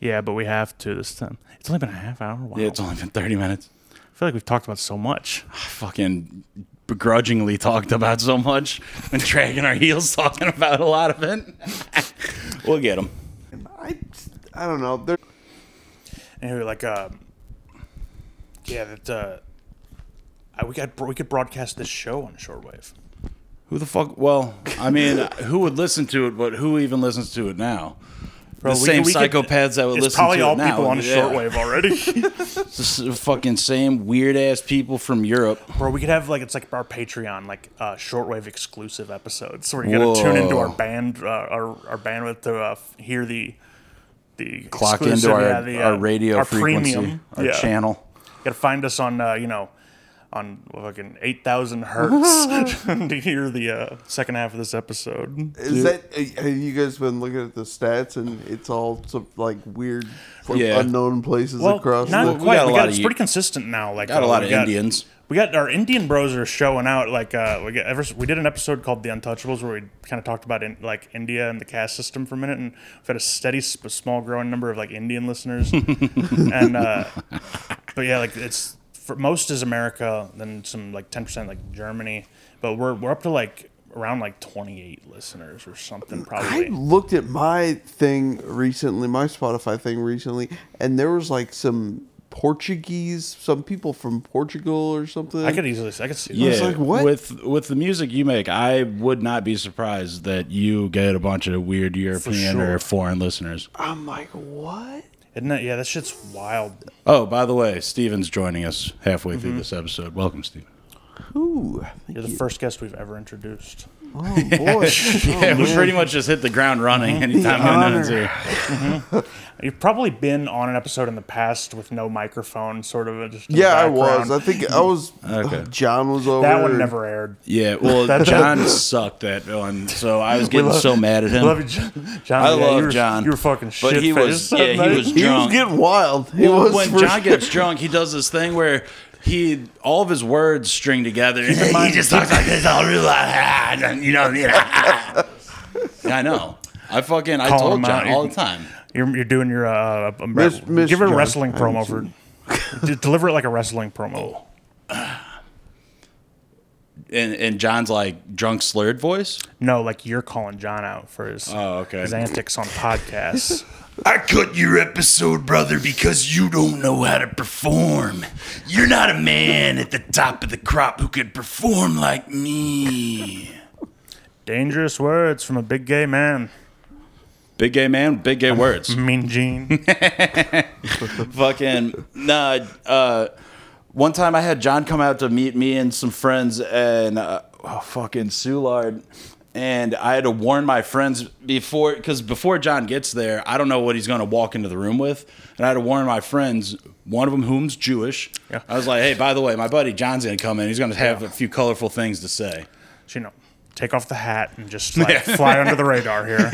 Yeah, but we have to this time. It's only been a half hour. Wow. Yeah, it's only been thirty minutes. I feel like we've talked about so much. I fucking begrudgingly talked about so much and dragging our heels talking about a lot of it. we'll get them. I, I don't know. There, Anyway, like, uh, yeah, that uh, I, we got we could broadcast this show on shortwave. Who the fuck? Well, I mean, who would listen to it? But who even listens to it now? the we- same we could- psychopaths that would It's listen probably to all it now. people on Yeah. shortwave already. It's the fucking same weird ass people from Europe. Bro, we could have like it's like our Patreon, like uh, shortwave exclusive episodes where you gotta tune into our Whoa. band, uh, our our bandwidth to uh, f- hear the the Clock exclusive- into our, yeah, the, uh, our radio frequency, our yeah. channel. You gotta find us on, uh, you know, on fucking 8,000 hertz to hear the uh, second half of this episode. is that uh, have you guys been looking at the stats and it's all some like weird from Yeah. unknown places across not the we quite. got a We lot got, of it's you- pretty consistent now. Like Got a uh, lot we of got- Indians. We got our Indian bros are showing out. Like uh, we got ever we did an episode called "The Untouchables" where we kind of talked about in, like India and the caste system for a minute, and we've had a steady, sp- small, growing number of like Indian listeners. and uh, but yeah, like it's for most is America, then some like ten percent like Germany, but we're we're up to like around like twenty eight listeners or something I probably. looked at my thing recently, my Spotify thing recently, and there was like some Portuguese, some people from Portugal or something. I, could easily I could see that. Yeah, was like, what? with with the music you make, I would not be surprised that you get a bunch of weird European sure. or foreign listeners. I'm like, what? Isn't that yeah that shit's wild. Oh, by the way, Steven's joining us halfway Mm-hmm. through this episode. Welcome, Steven. Who? You're the first guest we've ever introduced. Oh boy. yeah, we pretty much just hit the ground running anytime The no one's honor. here. You've probably been on an episode in the past with no microphone, sort of. Just in the Yeah, I background. was. I think I was. Okay. John was over. that one never aired. Yeah, well, John sucked at one, so I was getting so mad at him. Love you, John. John, I yeah, love you were, John, You were fucking shit. but he was- yeah, he was He drunk. was getting wild. He Well, was when for John sure. gets drunk, he does this thing where he all of his words string together. And he mind- just talks like this all real loud. You know, you know. I know. I fucking I Call him told John out. all the time. You're, you're doing your uh, uh, Miss- uh, Miss give her a John. wrestling I promo haven't for. D- deliver it like a wrestling promo. And and John's like drunk slurred voice. No, like you're calling John out for his Oh, okay. his antics on podcasts. I cut your episode, brother, because you don't know how to perform. You're not a man at the top of the crop who could perform like me. Dangerous words from a big gay man. Big gay man, big gay words. Mean Gene. fucking nah. Uh, one time I had John come out to meet me and some friends and uh, oh, fucking Soulard. And I had to warn my friends before, because before John gets there, I don't know what he's going to walk into the room with. And I had to warn my friends, one of them whom's Jewish. Yeah. I was like, hey, by the way, my buddy John's going to come in. He's going to have a few colorful things to say. you know. take off the hat and just like fly under the radar here.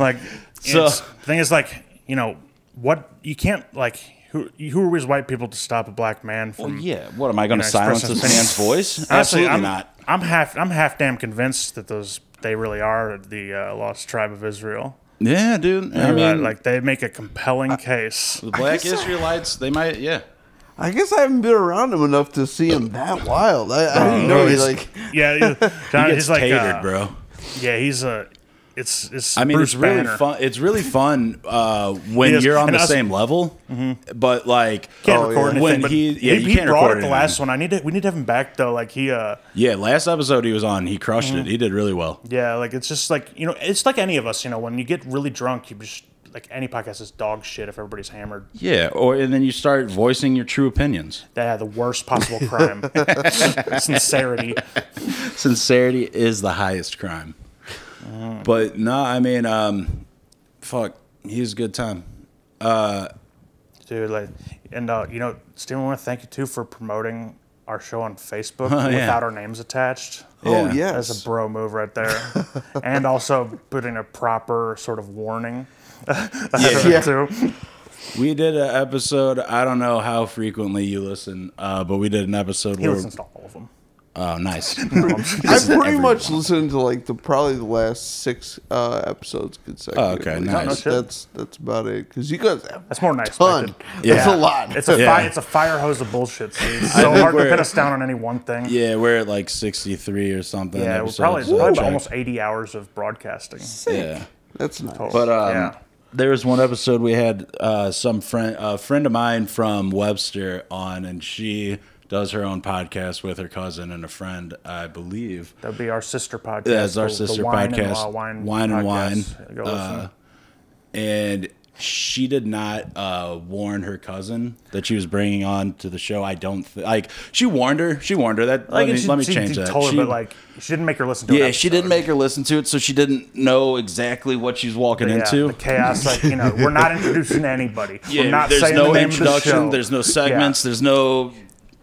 Like, So- it's- the thing is, like, you know, what you can't like. Who who are we as white people to stop a black man from? yeah, what am I going to Nice silence person. this man's voice? Honestly, Absolutely I'm, not. I'm half I'm half damn convinced that those they really are the uh, lost tribe of Israel. Yeah, dude. I Right, mean, like like they make a compelling case. the black guess I- Israelites, they might. Yeah, I guess I haven't been around him enough to see him that wild. I, I didn't know he he's- like Yeah, he- John, it's he's like catered, uh, bro. Yeah, he's a. It's it's. I mean, Bruce it's really Banner. fun. It's really fun uh, when It is. you're on And the us- same level, but like Can't Oh, record yeah. anything. When but he- he, yeah, you he can't brought it record the anything. last one. I need to. We need to have him back though. Like he, uh, oh, yeah, last episode he was on, he crushed Mm-hmm. it. He did really well. yeah, like it's just like you know, it's like any of us. You know, when you get really drunk, you just like any podcast is dog shit if everybody's hammered. Yeah, or and then you start voicing your true opinions. They had the worst possible crime, sincerity. Sincerity is the highest crime. Mm. But no, I mean, um, fuck, he was a good time. dude. Like, and uh, you know, Steve, I want to thank you too for promoting our show on Facebook Oh, yeah. without our names attached. oh Yeah. yes. That's a bro move right there, and also putting a proper sort of warning. yeah, Yeah. too. We did an episode. I don't know how frequently you listen, uh, but we did an episode He where. listens to all of them. Oh, nice. I pretty everyone. much listened to like the probably the last six uh, episodes consecutively. Oh, okay, nice. No shit. That's that's about it. Because you guys have That's more than I ton. expected. Yeah. That's a lot. It's a Yeah. fi- it's a fire hose of bullshit. See, it's so think hard to we're- pin us down on any one thing. yeah, we're at like 63 or something. Yeah, we're episodes. probably, I'll probably check. almost eighty hours of broadcasting. Yeah. that's nice. Total. But um, Yeah. there was one episode we had uh, some friend, a friend of mine from Webster on, and she does her own podcast with her cousin and a friend, I believe. That'd be our sister podcast. That's our the- the sister Wine and, podcast, uh, wine, Wine and podcast. Wine. Go listen. Uh, and she did not uh, warn her cousin that she was bringing on to the show. I don't th- like. She warned her. She warned her that. Like, let me, she, let me she change that. Told her, She- but like, she didn't make her listen to. yeah, an she didn't episode. make her listen to it, so she didn't know exactly what she's walking Yeah, into. the chaos. Like you know, we're not introducing anybody. we're not there's saying no the name introduction. Of the show. There's no segments. There's no.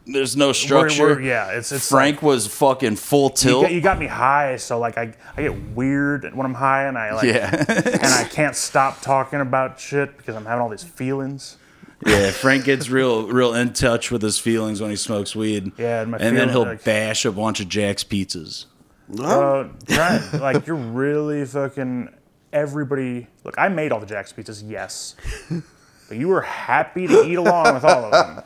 There's no We're- structure. we're- yeah, it's it's like, Frank was fucking full you, tilt. got, you got me high, so like I I get weird when I'm high, and I like yeah, and I can't stop talking about shit because I'm having all these feelings. yeah. Frank gets real, real in touch with his feelings when he smokes weed. Yeah, and my then feelings, he'll like- bash a bunch of Jack's pizzas. Uh, Brian, like you're really fucking everybody. Look, I made all the Jack's pizzas, yes, but you were happy to eat along with all of them.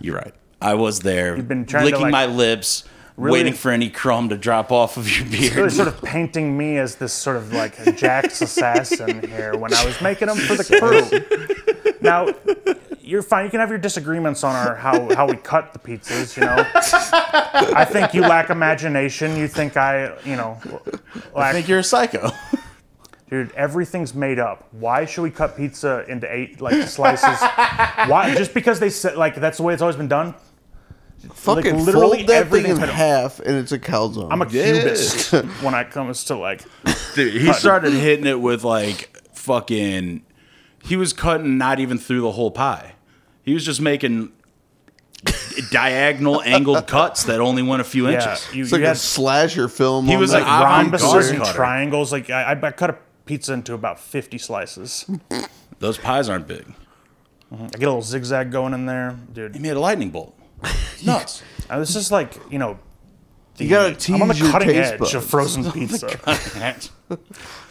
You're right. I was there, been trying to, licking like, my lips, really- waiting for any crumb to drop off of your Really beard. sort of painting me as this sort of like Jack's assassin here when I was making them for the crew. Now, you're fine. You can have your disagreements on our how, how we cut the pizzas. You know, I think you lack imagination. You think I, you know, I lack think you're a psycho. Dude, everything's made up. Why should we cut pizza into eight like slices? Why? Just because they said like that's the way it's always been done. Fucking literally fold that thing everything's in been- half, and it's a calzone. I'm a Yeah. cubist when it comes to like. Dude, he started hitting it with like fucking. He was cutting not even through the whole pie. He was just making diagonal angled cuts that only went a few Yeah, inches. you, it's you like a had slasher film. He on was an that avant-garde rhombuses and cutter. triangles. Like I, I cut a pizza into about 50 slices. Those pies aren't big. I get a little zigzag going in there, He dude. made a lightning bolt. It's nuts. Uh, This is like you know. The, You gotta I'm on the tease your cutting edge taste of buds. frozen pizza. Did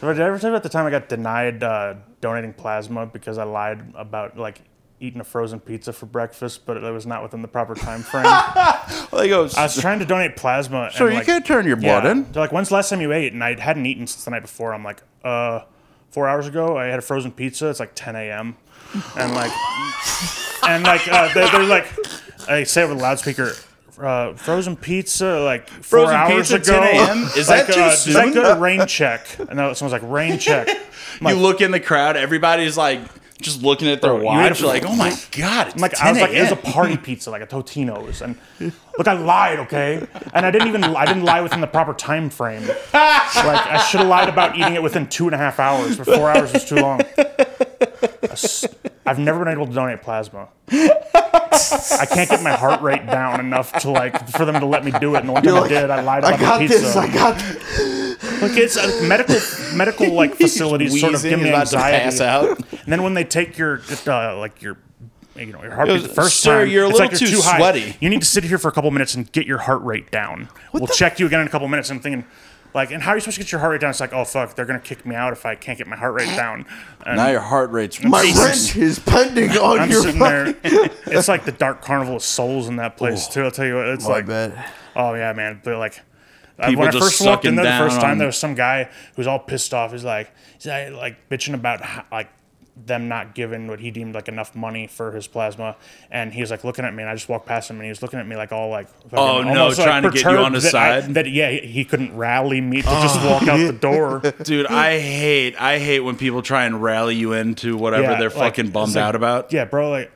I ever tell you about the time I got denied uh, donating plasma because I lied about like eating a frozen pizza for breakfast, but it was not within the proper time frame? I Like, oh, was trying to donate plasma. so and, you like, could turn your blood yeah. in. They're like, when's the last time you ate? And I hadn't eaten since the night before. I'm like, uh, four hours ago, I had a frozen pizza. It's like 10 a.m. And like, and like, uh, they're, they're like, I say it with a loudspeaker. Uh, frozen pizza, like four Frozen hours pizza, ago. 10 a.m.? Is that like, too uh, Is that soon? good? Rain check. And then someone's like, rain check. I'm like, You look in the crowd, everybody's like just looking at their you ate watch, a- like, oh my God, it's I'm like, 10 I was like, it was a a.m.. party pizza, like a Totino's, and look, I lied, okay, and I didn't even, I didn't lie within the proper time frame. Like, I should have lied about eating it within two and a half hours, but four hours was too long. I s- I've never been able to donate plasma. I can't get my heart rate down enough to like for them to let me do it. And the one time You're I did, I lied about I got the pizza. this. I got. This. Look, it's uh, medical medical like facilities sort of Wheezing, give me he's about to anxiety. pass out. And then when they take your uh, like your you know your heartbeat Goes, the first "Sir, time, you're a it's like little you're too high. sweaty." You need to sit here for a couple minutes and get your heart rate down. we'll check you again in a couple minutes. I'm thinking. Like and how are you supposed to get your heart rate down? It's like, oh fuck, they're gonna kick me out if I can't get my heart rate down. And Now your heart rate's My racing. rent is pending on I'm your sitting there. fucking. It's like the dark carnival of souls in that place Oh too. I'll tell you what, it's I like bet. Oh yeah, man. But like I- People when I just first walked in sucking there the first down time, on- there was some guy who's all pissed off. He's like, he's like, like bitching about ho- like them not giving what he deemed like enough money for his plasma, and he was like looking at me, and I just walked past him, and he was looking at me like all like, fucking- Oh, no, almost, trying to get you perturbed on his that I- side? Oh, that yeah, he he couldn't rally me to just walk out the door. Dude, I hate I hate when people try and rally you into whatever Yeah, they're like, fucking it's bummed like- out about. Yeah, bro. Like,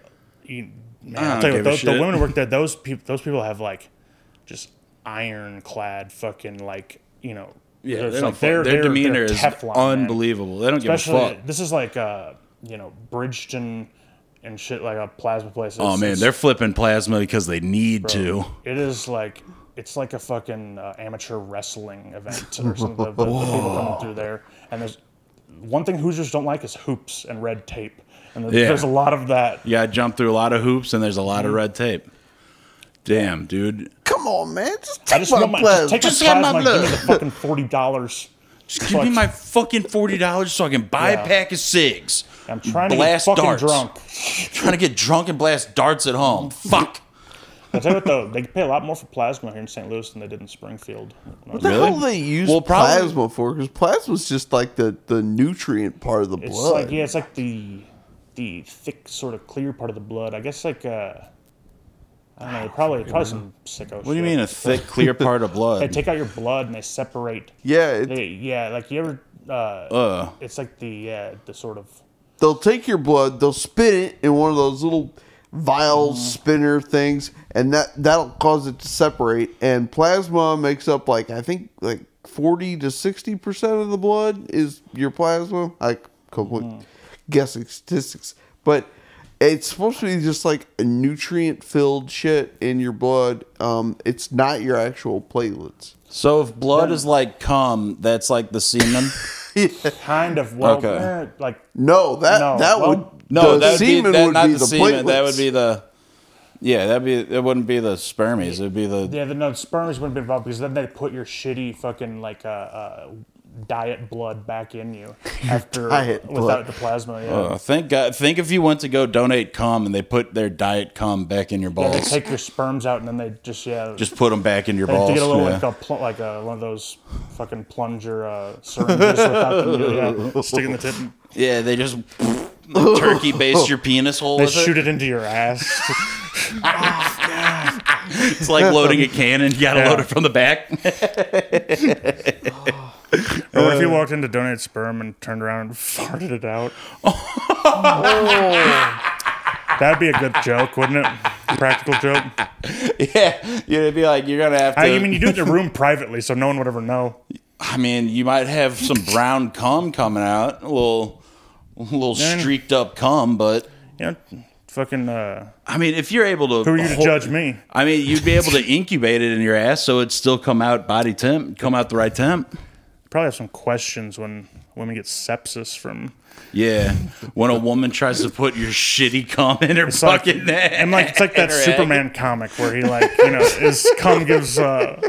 you, man, I I'll don't tell you what, give a those, the shit. women who work there. Those people, those people have like just ironclad fucking like you know. Yeah, it's they don't like fuck- they're- their they're- they're demeanor is Teflon, man. unbelievable. They don't give a Especially fuck. this is like uh you know Bridgeton and shit like a plasma place. Oh It's- man, it's- they're flipping plasma because they need to. It is like it's like a fucking uh, amateur wrestling event or something. the, the, the people coming through there, and there's one thing Hoosiers don't like is hoops and red tape, and there's, Yeah. there's a lot of that. You gotta jump through a lot of hoops and there's a lot of red tape. Damn, dude. Come on, man. Just I take just my want my just plasma. take Just my have my plasma. and give me blood. the fucking forty dollars. Just give me my fucking forty dollars so I can buy Yeah. a pack of cigs. I'm trying Blast to get fucking darts. drunk. Trying to get drunk and blast darts at home. Fuck. I tell you what though, they pay a lot more for plasma here in St. Louis than they did in Springfield. What the Really? hell they use Well, probably- plasma for? Because plasma's just like the, the nutrient part of the It's blood. like yeah, it's like the the thick sort of clear part of the blood. I guess like uh, I don't Ah, know, probably probably some sicko. What do you mean a thick, clear part of They blood? take out your blood and they separate. Yeah, it, They, yeah, like you ever. Uh, Uh, it's like the uh, the sort of they'll take your blood, they'll spin it in one of those little vial Mm. spinner things, and that that'll cause it to separate. And plasma makes up like I think like forty to sixty percent of the blood is your plasma. I complete Mm. guessing statistics, but it's supposed to be just like a nutrient filled shit in your blood. Um, it's not your actual platelets. so if blood is like cum, that's like the semen. kind of well, Okay. eh, like No, that No, that well- would No, the that would semen be, that, would not be the, the semen. That would platelets. be the. Yeah, that'd be. It wouldn't be the spermies. It'd be the. Yeah, the no sperms wouldn't be involved because then they put your shitty fucking like uh, uh, diet blood back in you after diet without blood. the plasma. Yeah. Uh, think. God, think if you went to go donate cum and they put their diet cum back in your Yeah, they balls. take your sperms out and then they just yeah just put them back in your they have balls. to get a little yeah. like a pl- like a, one of those fucking plunger uh, syringes without the needle, yeah, sticking the tip. in. Yeah, they just turkey base your penis hole. They with it. shoot it into your ass. It's like loading a cannon. You gotta Yeah. load it from the back. Or what if Uh. you walked in to donate sperm and turned around and farted it out? Oh. That'd be a good joke, wouldn't it? Practical joke. yeah, you'd be like, you're gonna have to. I mean, you do it in a room privately, so no one would ever know. I mean, you might have some brown cum coming out, a little, a little streaked up cum, but you know, fucking. Uh, I mean, if you're able to, who are you to judge me? I mean, you'd be able to incubate it in your ass, so it'd still come out body temp, come out the right temp. Probably have some questions when women get sepsis from. Yeah, when a woman tries to put your shitty cum in her It's like- fucking neck, And like it's like that Her egg. Superman comic where he like you know his cum gives uh,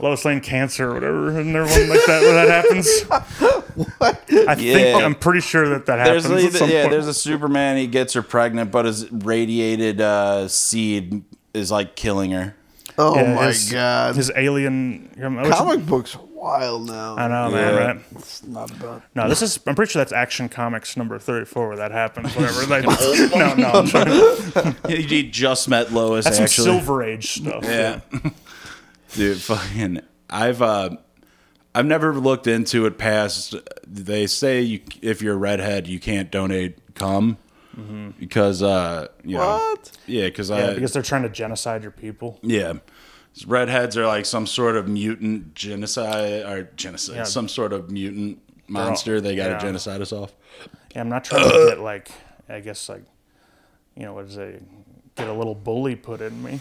Lois Lane cancer or whatever, and there one like that where that happens. I think Yeah. I'm pretty sure that that happens. There's a, at some yeah, point. there's a Superman. He gets her pregnant, but his radiated uh, seed is like killing her. Oh Yeah, my his- god! His alien which- comic books are wild now. I know, man. Yeah. Right? It's not about. No, this is. I'm pretty sure that's Action Comics number 34 where that happens. Whatever. Like, no, no. I'm trying- He, he just met Lois. that's some actually, Silver Age stuff. Yeah. Dude, fucking I've uh I've never looked into it past they say you if you're a redhead you can't donate cum because uh you know What? yeah cuz I Mm-hmm. Yeah, because they're trying to genocide your people. yeah. Redheads are like some sort of mutant genocide or genocide some sort of mutant monster they got to yeah. genocide us off. Yeah, I'm not trying to get like I guess like you know what is it get a little bully put in me.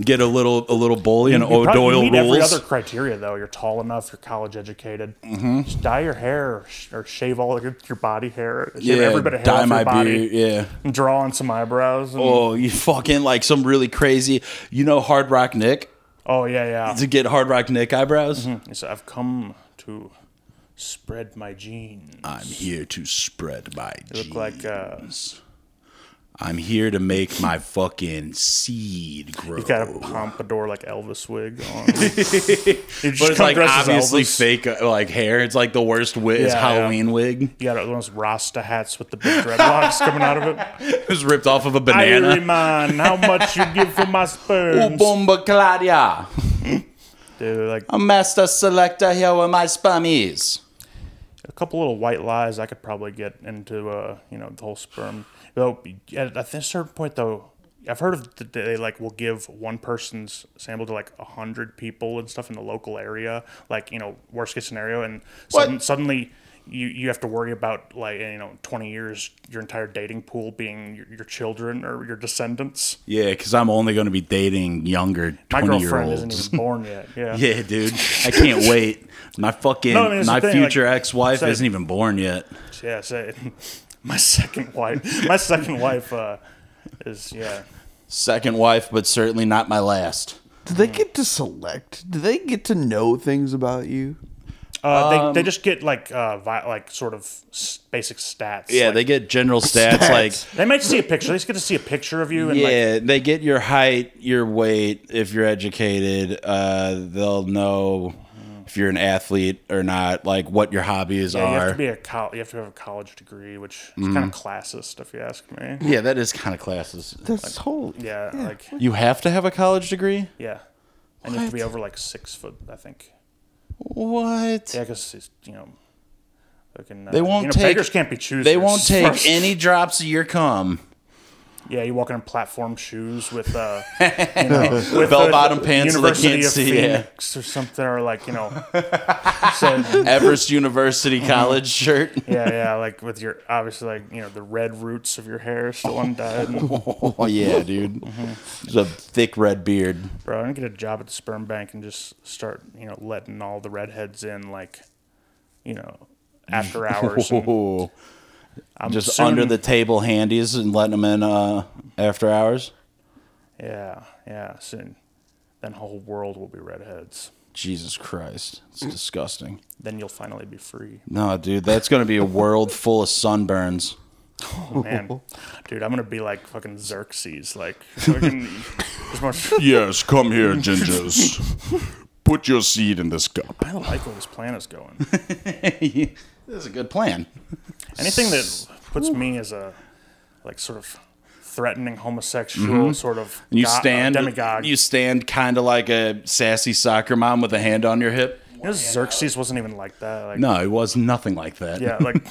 Get a little a little bully and You probably O'Doyle meet Every other rules. criteria, though, you're tall enough, you're college educated. Mm-hmm. Just dye your hair or, sh- or shave all your, your body hair. Shave Yeah, every bit of hair dye off my your body. beard. Yeah. And draw on some eyebrows. And, oh. Oh, you fucking like some really crazy. You know, Hard Rock Nick Oh, yeah, yeah. to get Hard Rock Nick eyebrows. He said, I've come to spread my genes. I'm here to spread my. Look gene. like uh, I'm here to make my fucking seed grow. you got a pompadour like Elvis wig on. you just but it's come like dressed as obviously Elvis. fake uh, like hair. It's like the worst wig. it's Yeah, Halloween wig. You got one of those Rasta hats with the big dreadlocks coming out of it. It was ripped off of a Irie banana. man, how much you give for my sperms? Bomba Claudia. Dude, like A master selector here with my spummies. a couple little white lies, I could probably get into, uh, you know, the whole sperm. Though at at a certain point, though, I've heard of that they like will give one person's sample to like a hundred people and stuff in the local area, like you know, worst case scenario, and sudden, suddenly. You, you have to worry about like you know 20 years your entire dating pool being your, your children or your descendants Yeah, because I'm only going to be dating younger my 20 year girlfriend isn't olds. even born yet yeah Yeah, dude. I can't wait. My fucking, No, I mean, it's my the thing, like, future ex wife say- isn't even born yet. Yeah, so my second wife, my second wife uh, is yeah. Second wife, but certainly not my last. Do they get to select? Do they get to know things about you? Uh, they, they just get like uh, vi- like sort of s- basic stats. Yeah, like, they get general stats, Stats. like. they might see a picture. They just get to see a picture of you and like Yeah, they get your height, your weight, if you're educated. Uh, they'll know if you're an athlete or not, like what your hobbies yeah, you are. have to be a col- you have to have a college degree, which Mm-hmm. is kind of classist if you ask me. yeah, that is kind of classes. That's whole. Yeah, like You have to have a college degree? yeah, and you have to be over like six foot, I think. What? Yeah, because you know. Fucking, uh, They won't you know, take- beggars can't be choosers. They won't take First- any drops of your cum. Yeah, you walk in platform shoes with uh, you know, with Bell-bottom uh, pants so they University can't of see, yeah. Phoenix or something, or like you know, so, yeah, Everest University College shirt. yeah, like with your obviously like you know the red roots of your hair still undyed, and, Oh yeah, dude. There's a thick red beard. bro. I'm gonna get a job at the sperm bank and just start you know letting all the redheads in like, you know, after hours. and Ooh. I'm Just soon- under the table handies and letting them in uh, after hours. yeah, yeah. Soon, then whole world will be redheads. Jesus Christ, it's disgusting. Then you'll finally be free. No, dude, that's gonna be a world full of sunburns. Oh, man, dude, I'm gonna be like fucking Xerxes, like fucking, as much. Yes, come here, gingers. Put your seed in this cup. I like where this plan is going. this is a good plan. Anything that puts me as a like sort of threatening homosexual sort of Mm-hmm. And you go- uh, stand, demagogue. you stand kind of like a sassy soccer mom with a hand on your hip. You know, Xerxes wasn't even like that. Like, No, it was nothing like that. Yeah, like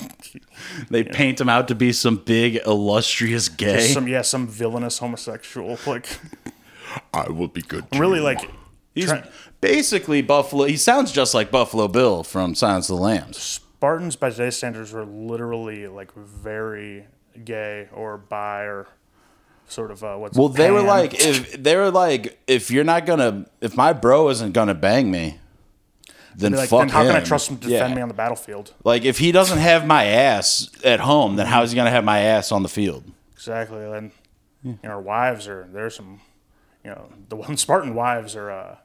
They paint him out to be some big illustrious gay. some yeah, some villainous homosexual. Like I will be good. To really you. like He's try- basically Buffalo. He sounds just like Buffalo Bill from Silence of the Lambs. Spartans by today's standards were literally like very gay or bi or sort of uh, what's Well, they were pan. like, if they were like, if you're not gonna, if my bro isn't gonna bang me, then Be like, fuck then how can I him. trust him to defend Yeah. me on the battlefield? Like, if he doesn't have my ass at home, then how is he gonna have my ass on the field? Exactly. Then you know, our wives are there's some, you know, the one Spartan wives are uh,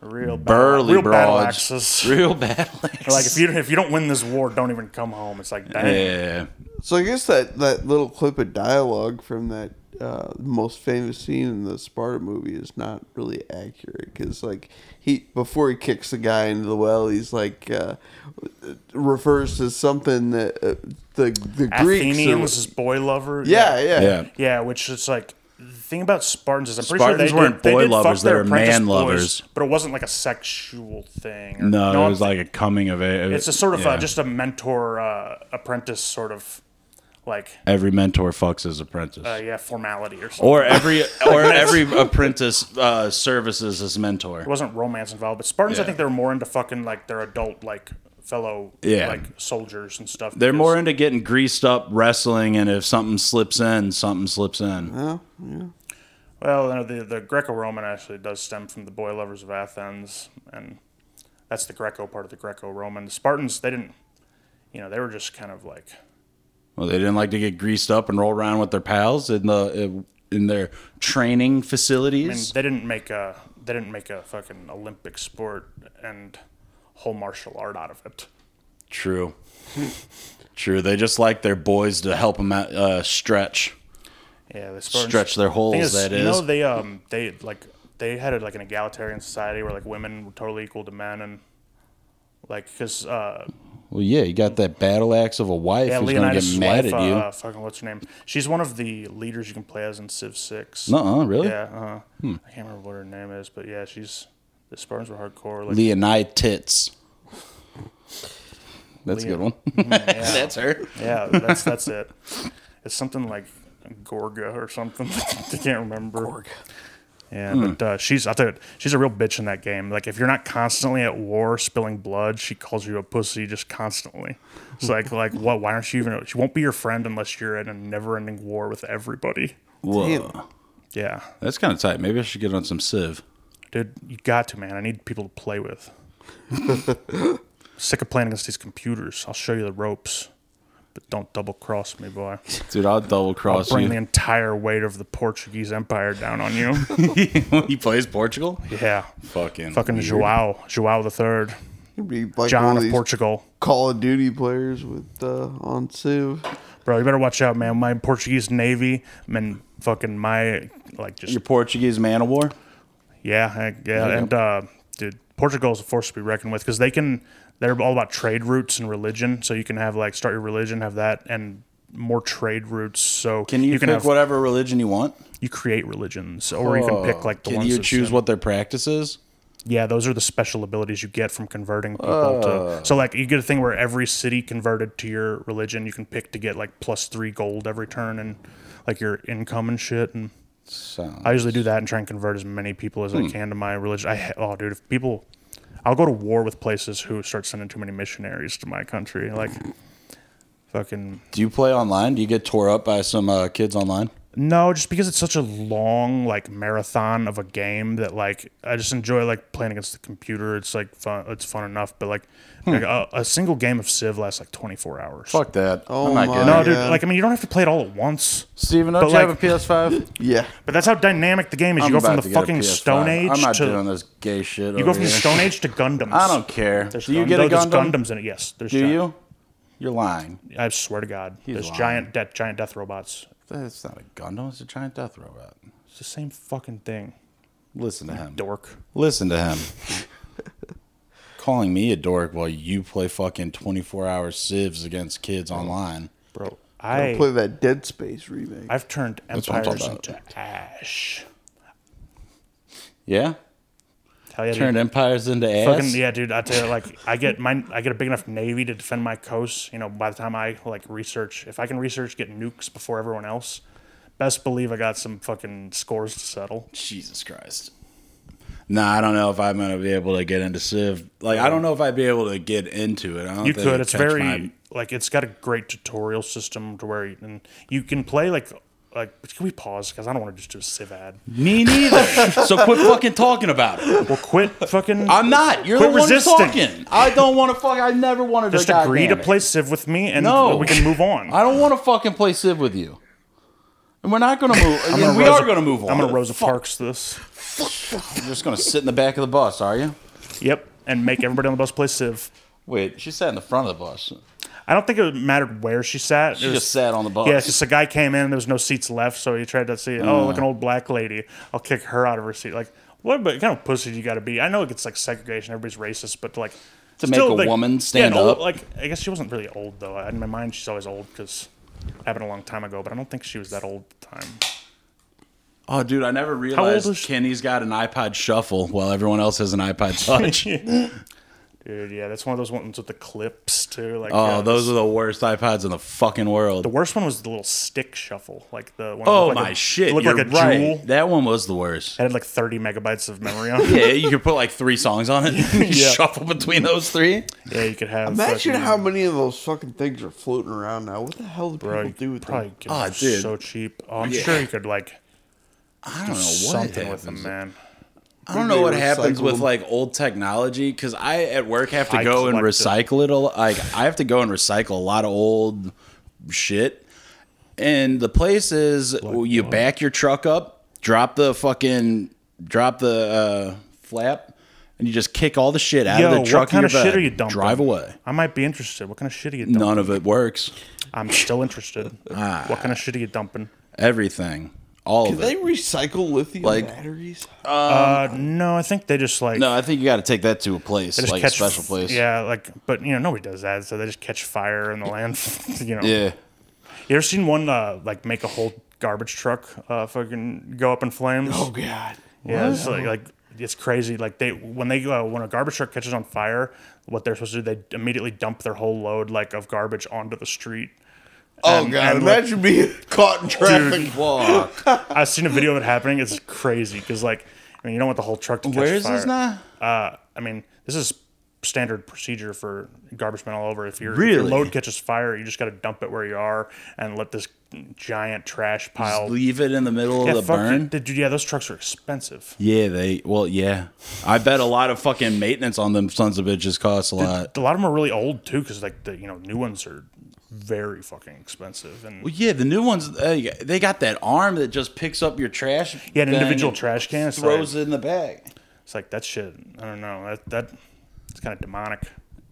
real battle, Burly real battle broads. axes. Real battle. They're like if you if you don't win this war, don't even come home. It's like dang. yeah. So I guess that, that little clip of dialogue from that uh, most famous scene in the Sparta movie is not really accurate because like he before he kicks the guy into the well, he's like uh, refers to something that uh, the the Greeks. Are, Athenians is boy lover. yeah, yeah, Yeah. Yeah, which is like the thing about Spartans is I'm pretty Spartans sure they weren't did, they boy did fuck lovers, they their were apprentice boys, man lovers. but it wasn't like a sexual thing. or- No, I'm it was like a coming of age. it's a sort of yeah. uh, just a mentor uh, apprentice sort of like every mentor fucks his apprentice. uh, yeah formality or something. or every or every apprentice uh, services his mentor. It wasn't romance involved, but Spartans, I Yeah. think they were more into fucking like their adult like fellow Yeah. like soldiers and stuff. They're because- more into getting greased up wrestling, and if something slips in, something slips in. well, you know, the the Greco-Roman actually does stem from the boy lovers of Athens, and that's the Greco part of the Greco-Roman. The Spartans they didn't, you know, they were just kind of like Well, they didn't like to get greased up and roll around with their pals in the in their training And facilities. they didn't make a they didn't make a fucking Olympic sport and whole martial art out of it. True, hmm. true. They just like their boys to help them out, uh, stretch, Yeah, they stretch their holes. that you is. know they um they like they had a, like an egalitarian society where like women were totally equal to men and like because uh well, yeah, you got that battle axe of a wife yeah who's gonna Leonidas' get mad wife, at you. uh, fucking what's her name she's one of the leaders you can play as in Civ Six Nuh-uh, really? Hmm. yeah uh, I can't remember what her name is but yeah she's the Spartans were hardcore like Leonide tits. That's a good one. That's her. yeah that's that's it it's something like Gorga or something I can't remember Yeah, but uh, she's I thought she's a real bitch in that game. Like if you're not constantly at war spilling blood, she calls you a pussy just constantly. It's like like what? Why aren't you even? She won't be your friend unless you're in a never-ending war with everybody. Whoa, Yeah, that's kind of tight. Maybe I should get on some Civ. dude, you got to man. I need people to play with. Sick of playing against these computers. I'll show you the ropes, but don't double cross me, boy. Dude, I'll double cross Bring you. the entire weight of the Portuguese Empire down on you. he plays Portugal. yeah, Fucking fucking weird. Joao, Joao the Third, It'd be like one John of of these Portugal. Call of Duty players with uh, on Civ. Bro, you better watch out, man. My Portuguese Navy, man, fucking my, like, just, Your Portuguese man of war. yeah, heck, yeah. you And, uh, dude, Portugal is a force to be reckoned with because they can, they're all about trade routes and religion. So you can have, like, start your religion, have that, and more trade routes. So Can you, can pick have, whatever religion you want? you create religions, or you can pick, like, the Oh, Can ones you that's choose in- what their practice is? Yeah, those are the special abilities you get from converting people to. So, like, you get a thing where every city converted to your religion, you can pick to get, like, plus three gold every turn and, like, your income and shit. And, So I usually do that and try and convert as many people as I can to my religion. I ha- oh, dude, if people, I'll go to war with places who start sending too many missionaries to my country. Like, fucking do you play online? Do you get tore up by some uh, kids online? no, just because it's such a long like marathon of a game that like I just enjoy like playing against the computer. It's like fun. It's fun enough, but like, like, a, a single game of Civ lasts like twenty four hours. Hmm. Fuck that. Oh I'm not my- getting No, it. dude. Yeah. Like, I mean, you don't have to play it all at once. Steven, don't But you like- have a PS5? Yeah, But that's how dynamic the game is. You I'm go from about the to get a fucking PS5. Stone Age I'm not to doing this gay shit. you go from the Stone Age to Gundams. I don't care. There's do you Gund- get a there's Gundam? Gundams in it. Yes. There's Do giant- you? You're lying. I swear to God. there's lying. giant death, giant death robots. That's not a Gundam. It's a giant death robot. It's the same fucking thing. Listen to him. Dork. Listen to him. Calling me a dork while you play fucking 24 hour civs against Oh. kids online. Bro, I play that Dead Space remake. I've turned what I'm talking empires about. into ash. Yeah? Hell yeah, Turned dude. empires into ass. Fucking, yeah, dude. I tell you, like, I get my, I get a big enough navy to defend my coast. You know, by the time I like research, if I can research, get nukes before everyone else, best believe I got some fucking scores to settle. Jesus Christ. Nah, I don't know if I'm gonna be able to get into Civ. Like, I don't know if I'd be able to get into it. I don't You think could. it'd It's Oh, catch very my- like it's got a great tutorial system to where you, and you can play like like. Can we pause? Because I don't want to just do a civ ad. Me neither. so quit fucking talking about it. Well, quit fucking. I'm not. You're Quit the one resisting. talking. I don't want to fuck. I never wanted just to. goddamn agree to it. play Civ with me, and No. we can move on. I don't want to fucking play Civ with you. And we're not gonna move. and we Rosa- are gonna move on. I'm gonna Rosa Parks this. You're just gonna sit in the back of the bus, are you? Yep, and make everybody on the bus play Civ. Wait, she sat in the front of the bus. I don't think it mattered where she sat. She just sat on the bus. Mm. Yeah, it's just a guy came in and there was no seats left, so he tried to see, oh, look, an old black lady. I'll kick her out of her seat. Like, what about- kind of pussy do you got to be? I know it gets like segregation, everybody's racist, but like. To make a woman stand an old- up? like, I guess she wasn't really old, though. In my mind, she's always old because happened a long time ago, but I don't think she was that old at the time. Oh, dude, I never old realized is- Kenny's got an iPod Shuffle while everyone else has an iPod Touch. Dude, yeah, that's one of those ones with the clips too. Like, Oh, yeah, those are the worst iPods in the fucking world. The worst one was the little stick shuffle, like the one. that oh looked like my a, shit! Looked You're like a right. jewel. That one was the worst. It had like 30 megabytes of memory on it. yeah, you could put like three songs on it. Shuffle between those three. yeah, you could have. Imagine fucking- how many of those fucking things are floating around now. What the hell do people Bro, you do with probably them? get Ah, them dude. so cheap. Oh, I'm Yeah. sure you could like I don't know what something with them, happens. man. I don't know what They happens recycle with them. like old technology because I at work have to I go and collect it. recycle it. a lo- Like I have to go and recycle a lot of old shit. And the place is well, you back your truck up, drop the fucking drop the uh, flap, and you just kick all the shit out Yo, of the truck. what kind in of your shit bed. are you dumping? Drive away. I might be interested. What kind of shit are you dumping? None of it works. I'm still interested. Ah. what kind of shit are you dumping? Everything, all Can of they it. recycle lithium Like- batteries? Uh, no, I think they just like No, I think you got to take that to a place they just like a catch special place. Yeah, like but you know nobody does that, so they just catch fire in the landfill. You know, yeah. you ever seen one uh, like make a whole garbage truck uh, fucking go up in flames? Oh god. Yeah, it's like, like it's crazy. Like they when they uh, when a garbage truck catches on fire, what they're supposed to do, they immediately dump their whole load like of garbage onto the street. Oh And- god. and, like- Imagine being caught in traffic. Fuck. I've seen a video of it happening. It's crazy because like I mean you don't want the whole truck to catch Where is fire. this now? Uh, I mean this is standard procedure for garbage men all over. If, your- if your Really? load catches fire, you just got to dump it where you are and let this giant trash pile. leave it in the middle yeah, of the fuck you. burn. Dude, yeah, those trucks are expensive. Yeah, they well, yeah. I bet a lot of fucking maintenance on them sons of bitches costs a lot. a lot of them are really old too because like the you know new ones are very fucking expensive and Well, yeah, the new ones they they got that arm that just picks up your trash. yeah an thing individual and trash can it's throws like, it in the bag. it's like that shit i don't know that that it's kind of demonic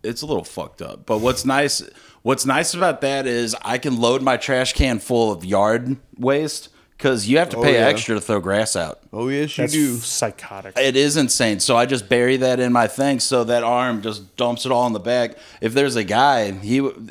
It's a little fucked up. But what's nice, what's nice about that is I can load my trash can full of yard waste because you have to pay yeah. extra to throw grass out. Oh yes, you that's do. psychotic It is insane. So I just bury that in my thing. So that arm just dumps it all in the back. If there's a guy, he w-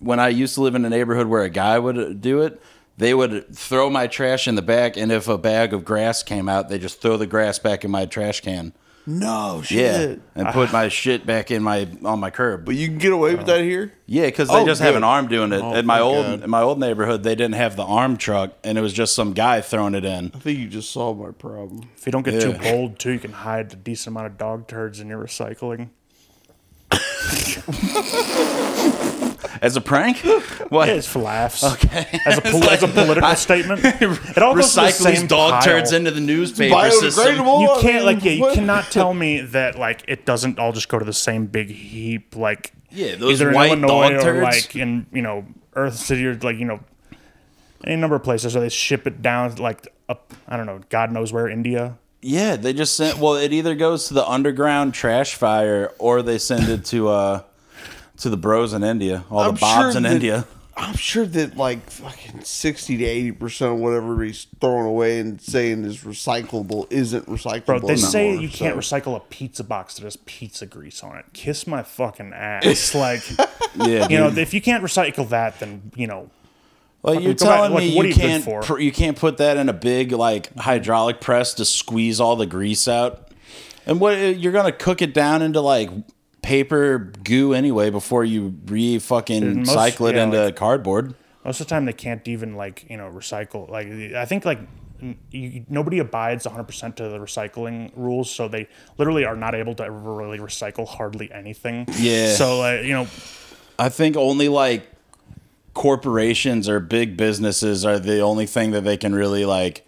when I used to live in a neighborhood where a guy would do it, they would throw my trash in the back, and if a bag of grass came out, they just throw the grass back in my trash can. No Yeah, Ah. shit. and put my shit back in my on my curb. But you can get away Uh, with that here. Yeah, because they Oh, just have an good. arm doing it. at my thank old God. in my old neighborhood, they didn't have the arm truck, and it was just some guy throwing it in. I think you just solved my problem. if you don't get too Yeah. cold too you can hide a decent amount of dog turds in your recycling As a prank? What? it's for laughs okay as a, poli- as a political statement it all goes to the recycle these same pile. dog turds into the newspaper system. Biodegradable. you I can't mean, like yeah you what- cannot tell me that like it doesn't all just go to the same big heap like Yeah, those either in white Illinois dog or turds. like in you know Earth City or like you know any number of places or they ship it down like up I don't know God knows where India Yeah, they just sent. Well, it either goes to the underground trash fire or they send it to uh to the bros in India, all I'm the bobs sure in that- India. I'm sure that like fucking sixty to eighty percent of whatever he's throwing away and saying is recyclable isn't recyclable. bro they say anymore, you so- can't recycle a pizza box that has pizza grease on it kiss my fucking ass like Yeah, you know dude. if you can't recycle that then you know like you're go back- telling like, me what are you you good can't for? pr- you can't put that in a big like hydraulic press to squeeze all the grease out, and what uh, you're gonna cook it down into like paper goo anyway before you re fucking most- cycle it yeah, into like- cardboard. most of the time they can't even like you know recycle like i think like n- you, nobody abides 100% to the recycling rules so they literally are not able to ever really recycle hardly anything Yeah. so like you know I think only like corporations or big businesses are the only thing that they can really like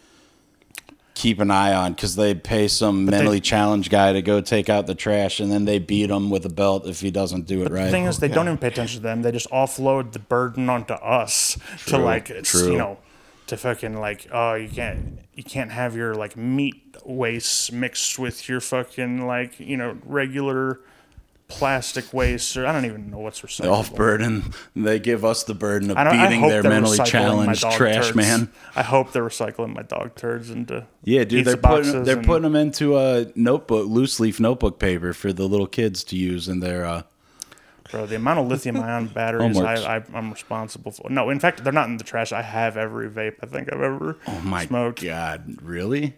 keep an eye on because they pay some mentally challenged guy to go take out the trash and then they beat him with a belt if he doesn't do it the right. thing is they don't even pay attention to them they just offload the burden onto us to like it's, true. you know to fucking like oh you can't you can't have your like meat waste mixed with your fucking like you know regular plastic waste or i don't even know what's recyclable Off burden, they give us the burden of I don't, I beating hope their they're mentally recycling challenged my dog trash turds. man. I hope they're recycling my dog turds into Yeah, pizza dude, they're putting boxes they're and- putting them into a notebook, loose leaf notebook paper for the little kids to use in their. Uh, bro, the amount of lithium ion batteries Homeworks. I, I, I'm responsible for. No, in fact, they're not in the trash. I have every vape I think I've ever oh my smoked. god, really?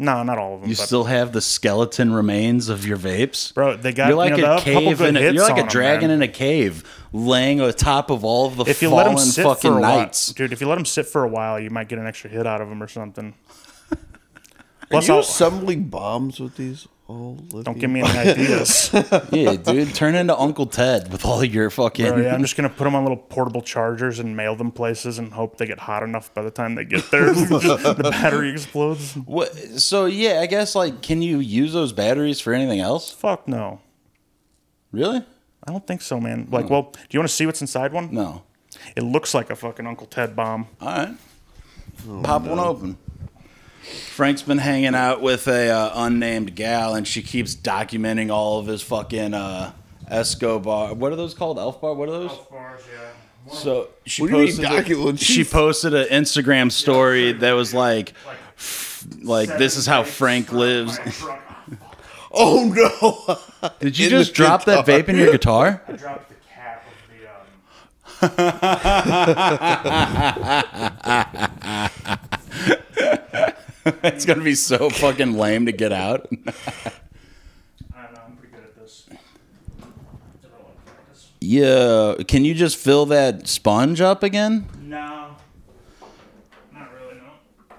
No, not all of them. You but- still have the skeleton remains of your vapes, Bro, they got- you're like you know, they have a a couple cave good in a, hits you're like on a 'em, dragon man. in a cave, laying atop of all of the if you let fallen them sit fucking for a knights. while, dude. If you let them sit for a while, you might get an extra hit out of them or somethething. Plus, you I'll, assembling bombs with these? old don't give me any ideas. yeah, dude, turn into Uncle Ted with all your fucking. Bro, yeah, I'm just gonna put them on little portable chargers and mail them places and hope they get hot enough by the time they get there. the battery explodes. What, so yeah, I guess like, can you use those batteries for anything else? Fuck no. Really? I don't think so, man. Like, well, do you want to see what's inside one? No. It looks like a fucking Uncle Ted bomb. All right. Pop one open. Frank's been hanging out with a uh, unnamed gal, and she keeps documenting all of his fucking uh, Escobar. What are those called? Elf bar? What are those? So she What do you mean posted. document? she She's- posted an Instagram story that was like, f- like this is how Frank lives. Oh no! Did you In just the drop that guitar. vape in your guitar? dropped the cap of the. Um, It's gonna be so fucking lame to get out. I don't know. I'm pretty good at this. Yeah, can you just fill that sponge up again? No, not really. No.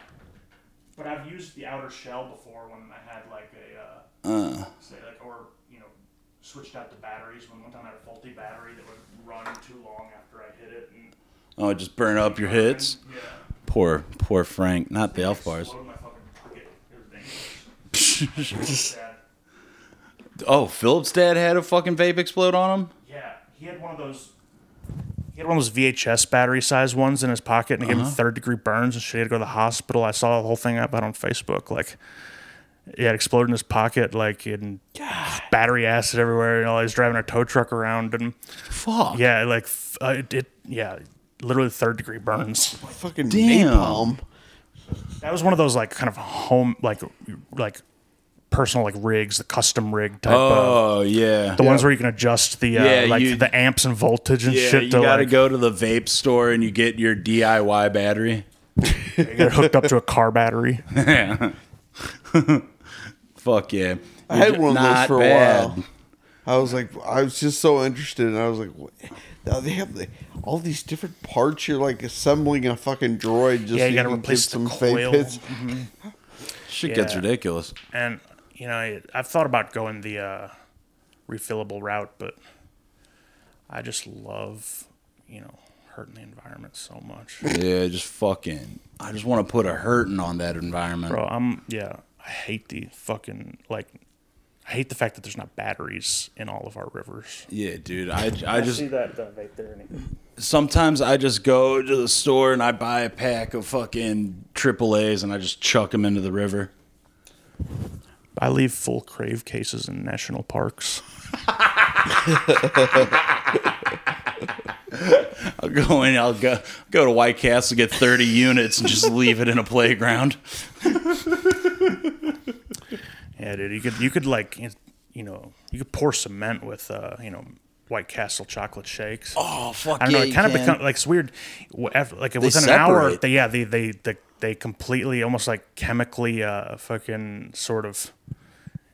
But I've used the outer shell before when I had like a uh, say like or you know switched out the batteries. When one time I had a faulty battery that would run too long after I hit it and Oh, just burn up your hits. yeah, Poor, poor Frank. Not the elf bars. exploded my fucking pocket. It was dangerous. Sad. Oh, Philip's dad had a fucking vape explode on him. Yeah, he had one of those. He had one of those VHS battery size ones in his pocket, and it Uh-huh. gave him third degree burns, and shit. He had to go to the hospital. I saw the whole thing up out on Facebook. Like, it had exploded in his pocket, like in battery acid everywhere, and all. He's driving a tow truck around, and Fuck. yeah, like f- uh, it, it, yeah, literally third degree burns. Fucking Damn. napalm. That was one of those like kind of home, like, like personal like rigs, the custom rig type. of, Oh yeah. the ones where you can adjust the uh, Yeah, like you- the amps and voltage and yeah, shit. you to, gotta like, go to the vape store and you get your DIY battery. They're hooked up to a car battery. Fuck yeah. I had one of those Not for a bad. while. I was like, I was just so interested, and I was like, what? now they have the, all these different parts. You're like assembling a fucking droid. Just Yeah, you so gotta can replace get the fake coil. hits. Shit gets Yeah. ridiculous. And you know, I've thought about going the uh, refillable route, but I just love you know hurting the environment so much, Yeah, just fucking. I just want to put a hurting on that environment. bro. I'm yeah, I hate the fucking like. I hate the fact that there's not batteries in all of our rivers. Yeah, dude. I, I just that uh, vape there. sometimes I just go to the store and I buy a pack of fucking triple A's and I just chuck them into the river. I leave full crave cases in national parks. I'll go in. I'll go go to White Castle get thirty units and just leave it in a playground. Yeah, dude, you could you could like you know you could pour cement with uh, you know White Castle chocolate shakes. Oh fuck! I don't know. yeah, It kind of you can. become like it's weird. wh- af- Like it within an hour, separate. they, yeah, they they they, they completely almost like chemically uh, fucking sort of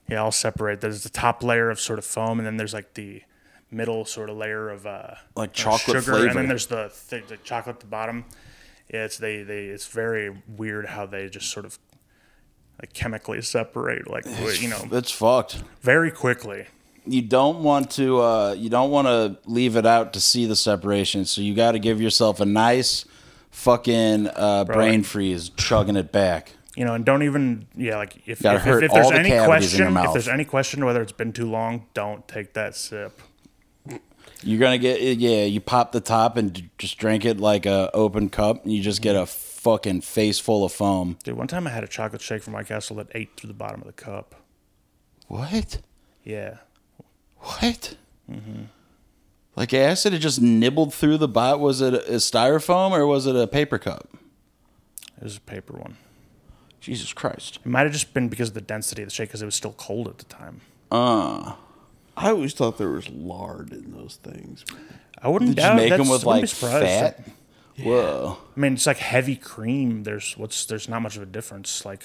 yeah, all separate. There's the top layer of sort of foam, and then there's like the middle sort of layer of uh, Like you know, chocolate and flavor. then there's the th- the chocolate at the bottom. Yeah, it's they they it's very weird how they just sort of like chemically separate like w- you know It's fucked. very quickly. You don't want to. Uh, you don't want to leave it out to see the separation. So you got to give yourself a nice fucking uh, brain freeze, chugging it back. you know, and don't even yeah, like if Gotta if, hurt if, if there's all the any cavities in your question, mouth. if there's any question whether it's been too long, don't take that sip. You're gonna get uh, yeah. You pop the top and d- just drink it like a open cup, and you just get Mm-hmm. a fucking face full of foam. Dude, one time I had a chocolate shake from White Castle that ate through the bottom of the cup. What? Yeah, What? Mm-hmm. Like acid, it just nibbled through the bot. Was it a styrofoam or was it a paper cup? it was a paper one. Jesus Christ. It might have just been because of the density of the shake, because it was still cold at the time. I always thought there was lard in those things. I wouldn't Did you doubt make that's- them with I wouldn't be like surprised. fat? Whoa. I mean, it's like heavy cream. There's what's there's not much of a difference. Like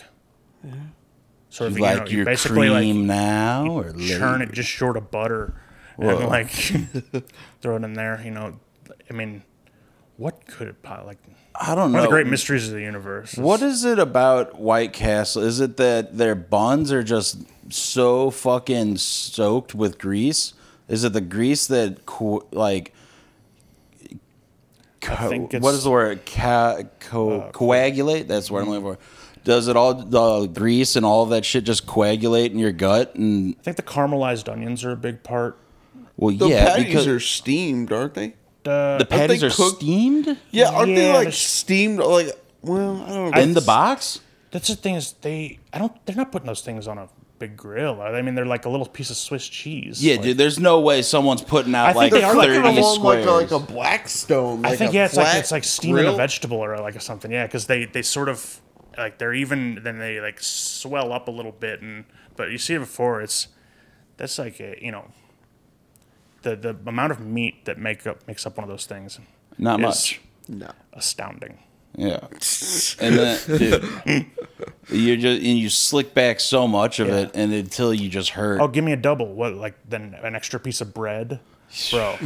sort of you know, like you your basically like cream now or churn later? it just short of butter and like throw it in there. You know, I mean, what could it po- like? I don't know. One of the great mysteries of the universe. What is it about White Castle? Is it that their buns are just so fucking soaked with grease? Is it the grease that co- like co- think what it's- uh, is the word Ca- co- coagulate? That's what I'm mm-hmm. looking for. Does it all the grease and all that shit just coagulate in your gut? And I think the caramelized onions are a big part. well, The yeah, patties because are steamed, aren't they? Uh, the patties they are cooked? steamed Yeah, aren't Yeah, they they're like s- steamed? Like, well, I don't know. in the box. that's the thing is they. I don't. They're not putting those things on a big grill. are they? I mean, they're like a little piece of Swiss cheese. Yeah, Like, dude. There's no way someone's putting out I think like they are like thirty along like squares. like a blackstone. I think yeah, it's like it's like steaming a vegetable or like something. Yeah, because they they sort of like they're even then they like swell up a little bit and but you see it before it's that's like a, you know the the amount of meat that make up makes up one of those things Not is much. No. astounding. Yeah. And then, dude, you just and you slick back so much of it, and until you just hurt. Oh, give me a double. What like then an extra piece of bread, bro?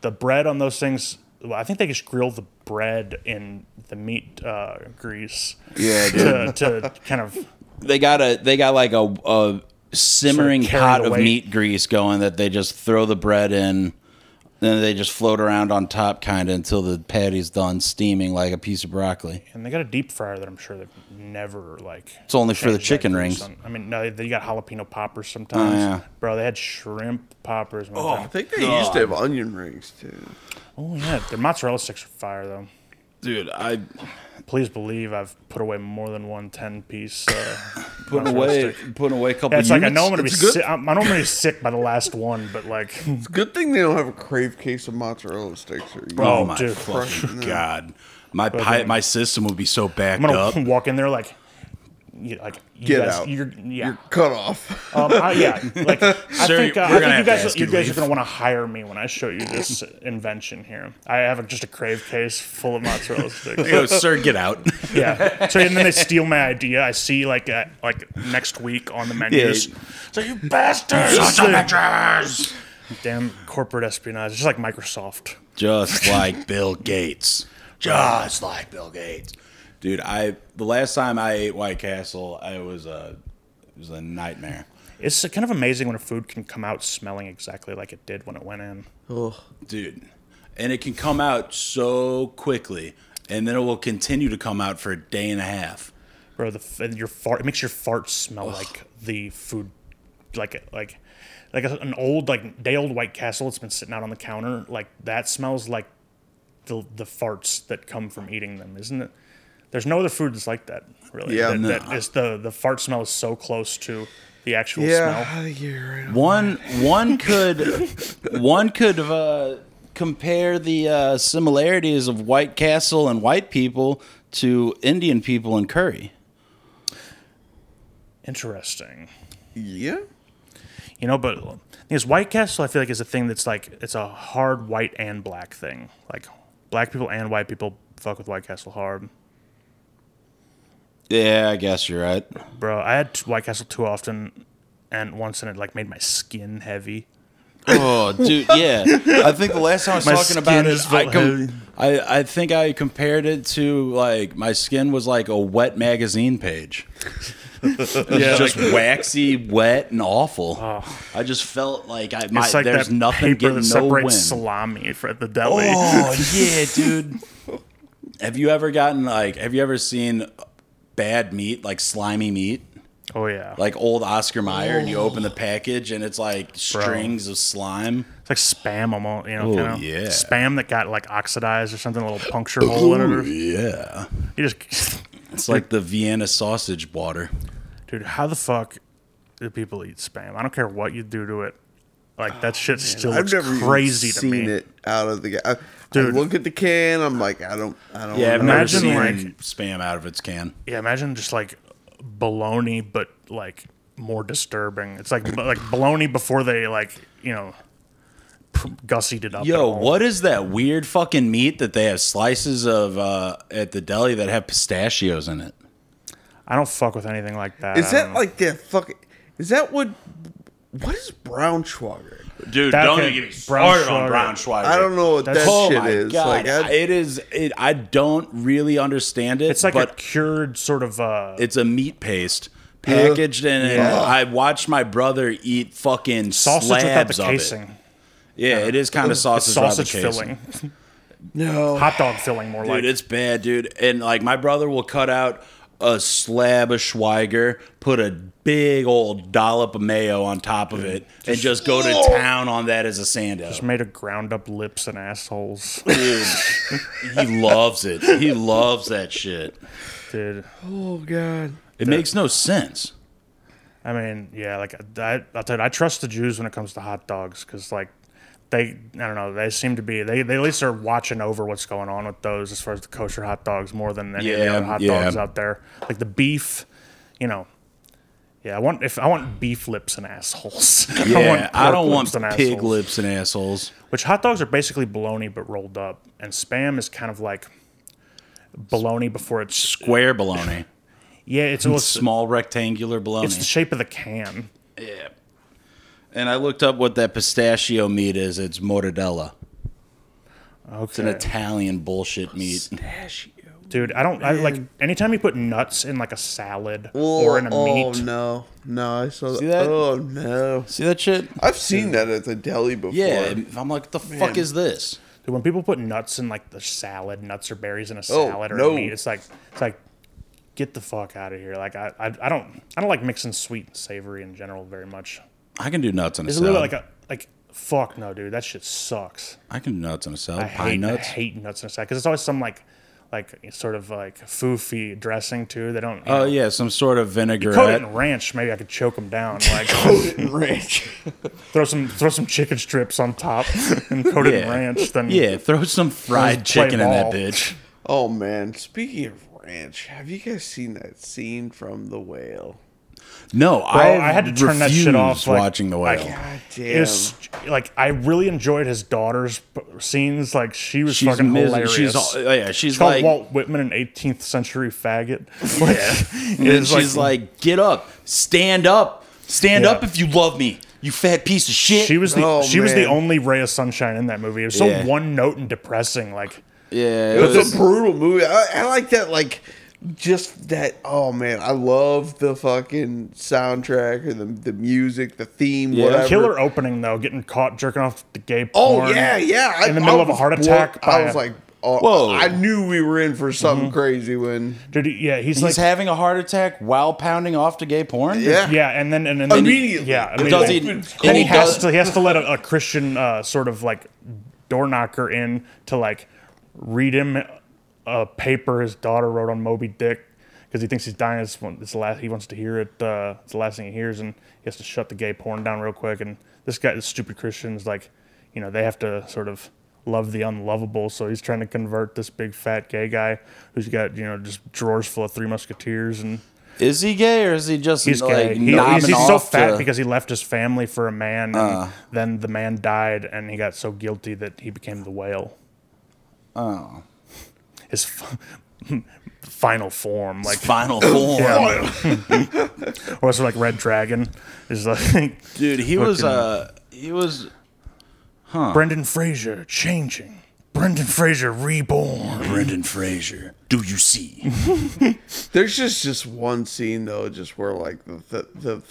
the bread on those things. Well, I think they just grill the bread in the meat uh, grease. Yeah, to, to kind of They got a they got like a, a simmering Sort of carry pot the of weight. meat grease going that they just throw the bread in, then they just float around on top kind of until the patty's done steaming like a piece of broccoli. And they got a deep fryer that I'm sure they've never like. It's only for changed the that chicken grease rings. Oh, on. I mean, no, they, they got jalapeno poppers sometimes. yeah. Bro, they had shrimp poppers. One Oh, I time. think they used to have onion rings too. oh yeah, their mozzarella sticks are fire though. Dude, I Please believe I've put away more than one 10 piece. Uh, put mozzarella away stick. put away a couple. Yeah, it's like I know I'm gonna be It's good. sick. I'm, I know I'm gonna be sick by the last one, but like, It's a good thing they don't have a crave case of mozzarella sticks. Or, Bro. Oh Oh, my dude. fucking god, my pi- my system would be so backed I'm up. gonna walk in there like, you, like you Get guys, out. You're, yeah, you're cut off. Um, I, yeah, like I Sir, think, uh, we're I gonna think you have to guys, ask you you guys to are leave. going to want to hire me when I show you this invention here. I have a, just a crave case full of mozzarella sticks. Yo, sir, get out. yeah. So and then they steal my idea. I see like uh, like next week on the menus. So you bastards! It's like Damn corporate espionage, just like Microsoft. just like Bill Gates. Just like Bill Gates. Dude, I the last time I ate White Castle, I was a it was a nightmare. It's kind of amazing when a food can come out smelling exactly like it did when it went in. Dude. And it can come out so quickly and then it will continue to come out for a day and a half. bro. The f- and your fart it makes your fart smell like the food, like like like a, an old like day old White Castle that's been sitting out on the counter. Like that smells like the the farts that come from eating them, isn't it? There's no other food that's like that, really. Yeah, that, no. that is the the fart smell is so close to the actual smell. Yeah, you're right. on. One one could one could uh, compare the uh, similarities of White Castle and white people to Indian people and curry. Interesting. Yeah. You know, but this White Castle, I feel like, is a thing that's like it's a hard white and black thing. Like black people and white people fuck with White Castle hard. Yeah, I guess you're right. Bro, I had White Castle too often, and once and it like made my skin heavy. Oh, dude, yeah. I think the last time I was My talking about skin it, is I, heavy. com- I I think I compared it to like my skin was like a wet magazine page. It was Yeah, just like- Oh. waxy, wet, and awful. I just felt like I my, It's like there's that nothing paper getting that no separates wind. salami for at the deli. oh yeah, dude. Have you ever gotten like? Have you ever seen bad meat, like slimy meat? Oh, yeah, like, Like old Oscar Mayer, and Oh. you open the package, and it's like strings of slime. it's like spam almost. You know, Oh, kind of yeah. spam that got like oxidized or something, a little puncture hole in it. Or, you Yeah. just, It's like the Vienna sausage water. dude, how the fuck do people eat spam? I don't care what you do to it. Like Oh, that shit still I've looks never even crazy to seen me. it out of the guy. I, Dude. I look at the can. I'm like, I don't, I don't. know. imagine, like spam out of its can. Yeah, imagine just like baloney, but like more disturbing. It's like like baloney before they like you know p- gussied it up. at Yo, all. what is that weird fucking meat that they have slices of uh, at the deli that have pistachios in it? I don't fuck with anything like that. Is I that don't know. like that fucking? Is that what? What is brown schwager? Dude, That don't can- even get me Brown started on Schweiger. Brown Schweiger. I don't know what that That's- Oh shit my is. god! Like, I, it is. It, I don't really understand it. It's like a but cured sort of. Uh, it's a meat paste packaged in it. I watched my brother eat fucking sausage without the slabs of casing. it. Yeah, it is kind of sausage, It's without the sausage casing. filling, no, hot dog filling, more like. Dude, it's bad, dude. And like my brother will cut out a slab of Schweiger, put a big old dollop of mayo on top of it, and just go to town on that as a sando. made of ground up lips and assholes. He loves it. He loves that shit. Dude, oh god. It makes no sense. I mean, yeah, like I, I'll tell you, I trust the Jews when it comes to hot dogs because, like, they, I don't know, they seem to be, they, they at least are watching over what's going on with those as far as the kosher hot dogs more than any of the Yeah, other hot yeah. dogs out there. Like the beef, you know. Yeah, I want if I want beef lips and assholes. Yeah, I, don't pork want lips and pig assholes. lips and assholes. Which hot dogs are basically bologna but rolled up, and spam is kind of like bologna before it's Square bologna. yeah, it's well, it's, Small rectangular bologna. it's the shape of the can. and I looked up what that pistachio meat is. It's mortadella. Okay. It's an Italian bullshit meat. Dude, I don't I, like anytime you put nuts in like a salad Oh, or in a oh, meat. no, no, I saw that. that? Oh no, See that shit? I've seen that at the deli before. Yeah, I'm like, the fuck is this? Dude, when people put nuts in like the salad, nuts or berries in a Oh, salad or no. a meat, it's like it's like get the fuck out of here. Like I, I I don't I don't like mixing sweet and savory in general very much. I can do nuts on a It's a salad. little bit like a like fuck no, dude. That shit sucks. I can do nuts on a salad. I Pine hate nuts. I hate nuts in a salad because it's always some like like sort of like foofy dressing too. They don't. you oh know, yeah, some sort of Coat it in vinaigrette. ranch, maybe I could choke them down. Like ranch. throw some throw some chicken strips on top and coat it in Yeah. ranch. Then Yeah, throw some fried Just play chicken in that ball. bitch. Oh man, speaking of ranch, have you guys seen that scene from The Whale? No, Bro, I, had to turn that shit off. like- Watching the like, whale. God damn. It's like I really enjoyed his daughter's p- scenes. Like she was she's fucking mis- hilarious. she's all, It's oh, yeah, she's called like Walt Whitman an 18th century faggot. Like, And it's she's like, get up, stand up, stand Yeah. up if you love me, you fat piece of shit. she was the Oh, she was the man. only ray of sunshine in that movie. It was so Yeah. one note and depressing. Like yeah, it It's was- a brutal movie. I, I like that, like, just that. Oh man, I love the fucking soundtrack and the, the music, the theme, whatever. killer opening though, getting caught jerking off the gay Oh porn. yeah, yeah. I- in the middle I of a was heart blo- attack. by I was a- Mm-hmm. like, oh, Whoa. I knew we were in for something crazy when. dude, yeah, he's, he's like, having a heart attack while pounding off to gay porn. Yeah. yeah, and then and, then and Immediately. yeah, It does he? immediately. then And he, he has does. to he has to let a, a Christian uh, sort of like door knocker in to like read him a paper his daughter wrote on Moby Dick because he thinks he's dying. It's, one, it's the last he wants to hear it. Uh, it's the last thing he hears, and he has to shut the gay porn down real quick. And this guy, this stupid Christian, is like, you know, they have to sort of love the unlovable. So he's trying to convert this big fat gay guy who's got you know just drawers full of Three Musketeers and Is he gay or is he just he's like gay. He- knobbing he's, he's so off fat to- because he left his family for a man, and then the man died, and he got so guilty that he became the whale. Oh, his f- final form, like final form? yeah. or it's like Red Dragon is like Dude, he was Fucking- uh he was Brendan Fraser changing, Brendan Fraser reborn. Brendan Fraser. Do you see? There's just just one scene though, just where like the the the,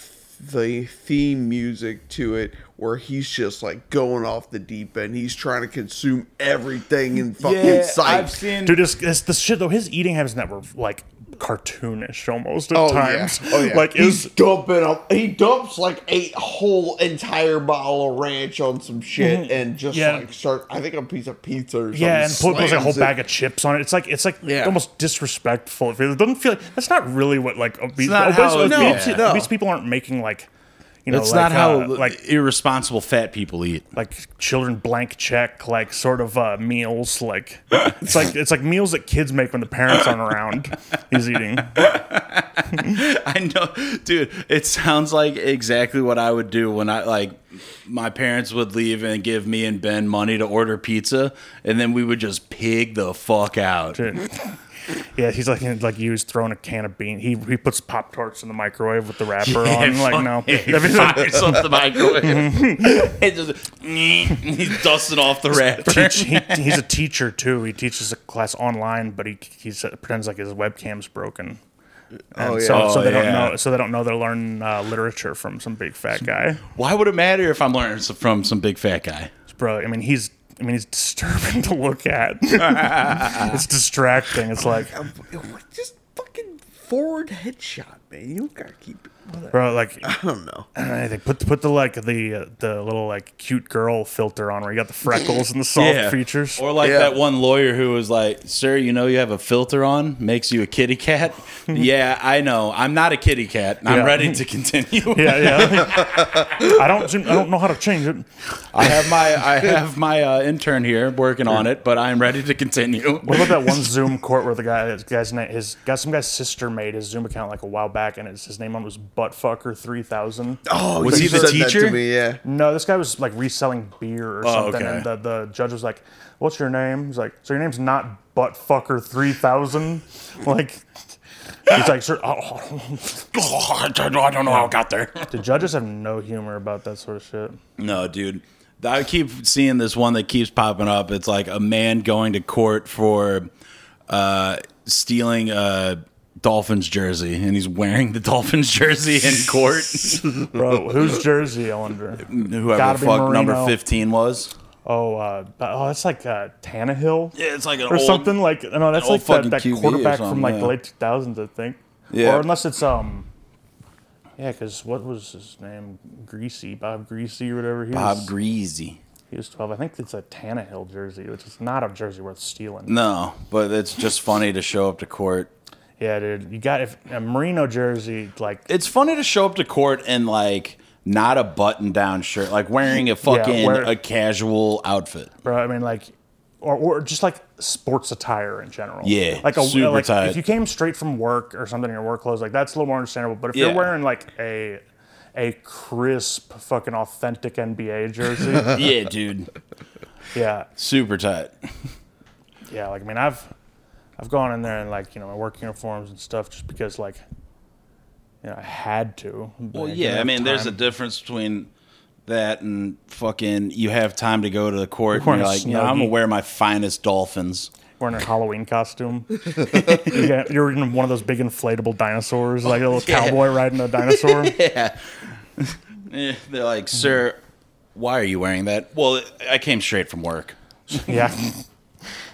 the theme music to it, where he's just like going off the deep end. He's trying to consume everything in fucking sight. seen Dude, it's, it's the shit though. His eating habits in that were like cartoonish almost at Oh times. yeah, oh yeah. Like he's is dumping up. He dumps like a whole entire bottle of ranch on some shit and just Mm-hmm. Yeah. like start. I think a piece of pizza. Or Yeah, and put, something, puts like a whole slams it. bag of chips on it. It's like it's like Yeah. almost disrespectful. It feels- it doesn't feel like that's not really what like obese, not obese, how it- no, yeah. obese- No. obese people aren't making like you know That's like, not how uh, like irresponsible fat people eat. like children blank check like sort of uh, meals like it's like it's like meals that kids make when the parents aren't around. He's eating. I know, dude. It sounds like exactly what I would do when I like my parents would leave and give me and Ben money to order pizza, and then we would just pig the fuck out. Yeah, he's like like you was throwing a can of bean. He he puts pop tarts in the microwave with the wrapper on. Like no, That'd be like- fires up the microwave. It just- he's dusting off the wrapper. teach, he, he's a teacher too. He teaches a class online, but he he s- pretends like his webcam's broken. And Oh, so, yeah. so Oh, they don't yeah. know. So they don't know they're learning uh, literature from some big fat guy. Why would it matter if I'm learning s- from some big fat guy? Bro, I mean he's. I mean, he's disturbing to look at. it's distracting. It's like, Um, Just fucking forward headshot, man. You don't gotta keep it. bro, like I don't know. anything. Put put the like the uh, the little like cute girl filter on where you got the freckles and the soft features. Or like Yeah. that one lawyer who was like, Sir, you know you have a filter on, makes you a kitty cat. yeah, I know. I'm not a kitty cat. I'm Yeah. ready to continue. yeah, yeah. I don't I don't know how to change it. I have my I have my uh, intern here working on it, but I'm ready to continue. What about that one Zoom court where the guy, his guy's name, his got some guy's sister made his Zoom account like a while back, and it's, his name on it was Buttfucker three thousand. Oh, Was you he the said that teacher? To me, yeah. No, this guy was like reselling beer or something, okay. and the, the judge was like, "What's your name?" He's like, "So your name's not Buttfucker three thousand? Like, he's like, "Sir, oh, I don't know I don't know how it got there. the judges have no humor about that sort of shit." No, dude. I keep seeing this one that keeps popping up. It's like a man going to court for uh, stealing a Dolphins jersey, and he's wearing the Dolphins jersey in court. Bro, who's Jersey? I wonder. Whoever Gotta the be fuck Marino. number fifteen was. Oh, uh, oh, that's like uh, Tannehill. Yeah, it's like an or old- something like no, that's old like that, fucking that QB or quarterback something, from like yeah. the late two thousands, I think. Yeah. Or unless it's um, yeah, because what was his name? Greasy, Bob Greasy or whatever. He Bob was, Greasy. he was twelve. I think it's a Tannehill jersey, which is not a jersey worth stealing. No, but it's just funny to show up to court. Yeah, dude, you got if a Merino jersey like It's funny to show up to court and like not a button-down shirt, like wearing a fucking wear- a casual outfit. bro. I mean, like, or, or just like sports attire in general. Yeah, like a super like tight. if you came straight from work or something in your work clothes, like that's a little more understandable. But if Yeah. you're wearing like a a crisp, fucking authentic NBA jersey, yeah, dude, yeah, super tight. yeah. Like I mean, I've I've gone in there and like you know my work uniforms and stuff just because like. You know, I had to. Well, yeah, I mean, there's a difference between that and fucking you have time to go to the court and Wearing you're a like, yeah, I'm gonna snuggie. wear my finest dolphins. wearing a Halloween costume. you got- you're in one of those big inflatable dinosaurs, like a little cowboy riding a dinosaur. Eh, They're like, sir, why are you wearing that? Well, I came straight from work. yeah.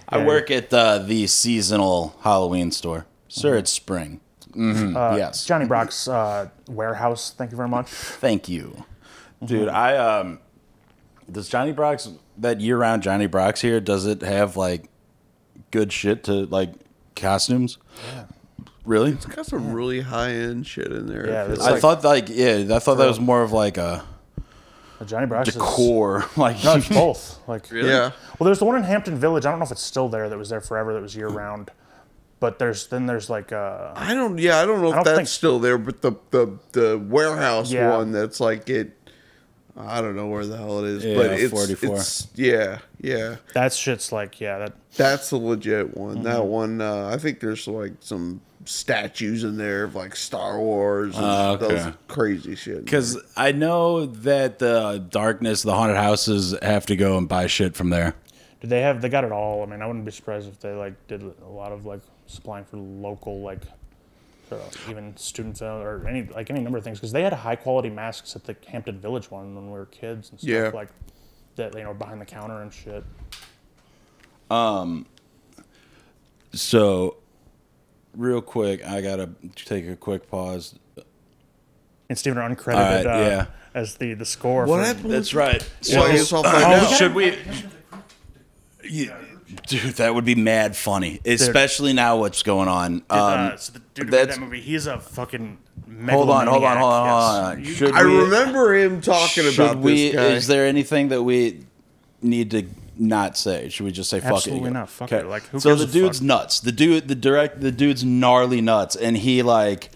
I work at the, the seasonal Halloween store. Sir, it's spring. Mhm, yes. Johnny Brock's uh, warehouse. Thank you very much. Thank you. Dude, I um does Johnny Brock's that year round Johnny Brock's here, does it have like good shit to like costumes? Yeah. Really? Got some really high end shit in there. Yeah, I feel that's like. I like- thought like yeah, I thought that was more of like a Uh, Johnny Brock's is- core like No, it's both. Like yeah. Well, there's the one in Hampton Village. I don't know if it's still there. That was there forever. That was year round. But there's then there's like uh, I don't. Yeah, I don't know if don't that's think- still there, but the the the warehouse Yeah. one that's like it. I don't know where the hell it is, Yeah, but it's, 44. it's yeah, yeah. that shit's like yeah that That's a legit one. That one, uh, I think there's like some statues in there of like Star Wars and Ah, okay. those crazy shit. Because I know that the darkness, the haunted houses have to go and buy shit from there. did they have they got it all. I mean, I wouldn't be surprised if they like did a lot of like supplying for local like. sort of Even student film or any like any number of things because they had high quality masks at the Hampton Village one when we were kids and stuff Yeah. like that you know behind the counter and shit. So, real quick, I gotta take a quick pause. and Steven are uncredited All right, uh, yeah. as the the score. What for- happened? That's right. Well, I guess I'll find out. oh, should we? Yeah, dude, that would be mad funny, especially now what's going on. Um, uh, so the dude who made that's- that movie, he's a fucking. hold on, hold on, megalomaniac, hold on, hold yes. on. Should I we- remember him talking Should about we? this guy. Is there anything that we need to not say? Should we just say fuck Absolutely it? not. Fuck Okay. it. Like, who so gives the a dude's fuck? nuts. The dude, the direct, the dude's gnarly nuts, and he like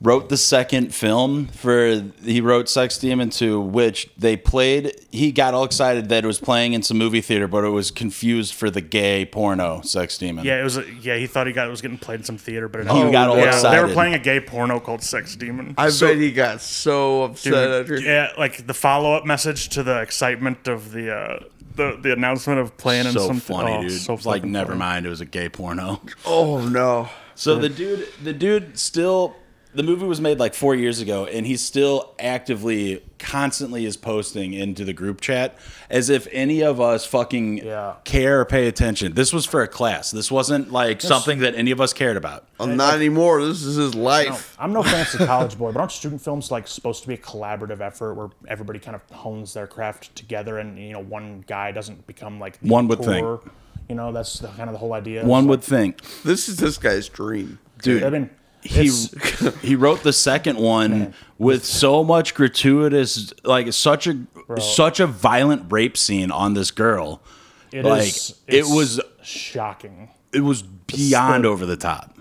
wrote the second film for he wrote Sex Demon 2, which they played. He got all excited that it was playing in some movie theater, but it was confused for the gay porno Sex Demon. Yeah, it was. A, yeah, he thought he got it was getting played in some theater, but it He got all yeah, They were excited. playing a gay porno called Sex Demon. I bet he got so upset after. Dude, yeah, like the follow up message to the excitement of the uh, the the announcement of playing in so some funny, oh, dude. So it's like fucking never funny. mind, it was a gay porno. Oh no! So the dude, the dude still. The movie was made like four years ago, and he still actively, constantly is posting into the group chat as if any of us fucking Yeah. care or pay attention. This was for a class. This wasn't like something that any of us cared about. Well, Uh, not anymore. This is his life. I'm no fancy college boy, but aren't student films like supposed to be a collaborative effort where everybody kind of hones their craft together, and you know, one guy doesn't become like the One would think. poor, You know, that's the, kind of the whole idea. One would think, This is this guy's dream. dude. I mean, he it's- he wrote the second one with so much gratuitous like such a such a violent rape scene on this girl it like is- it it's was- shocking. It was beyond over the top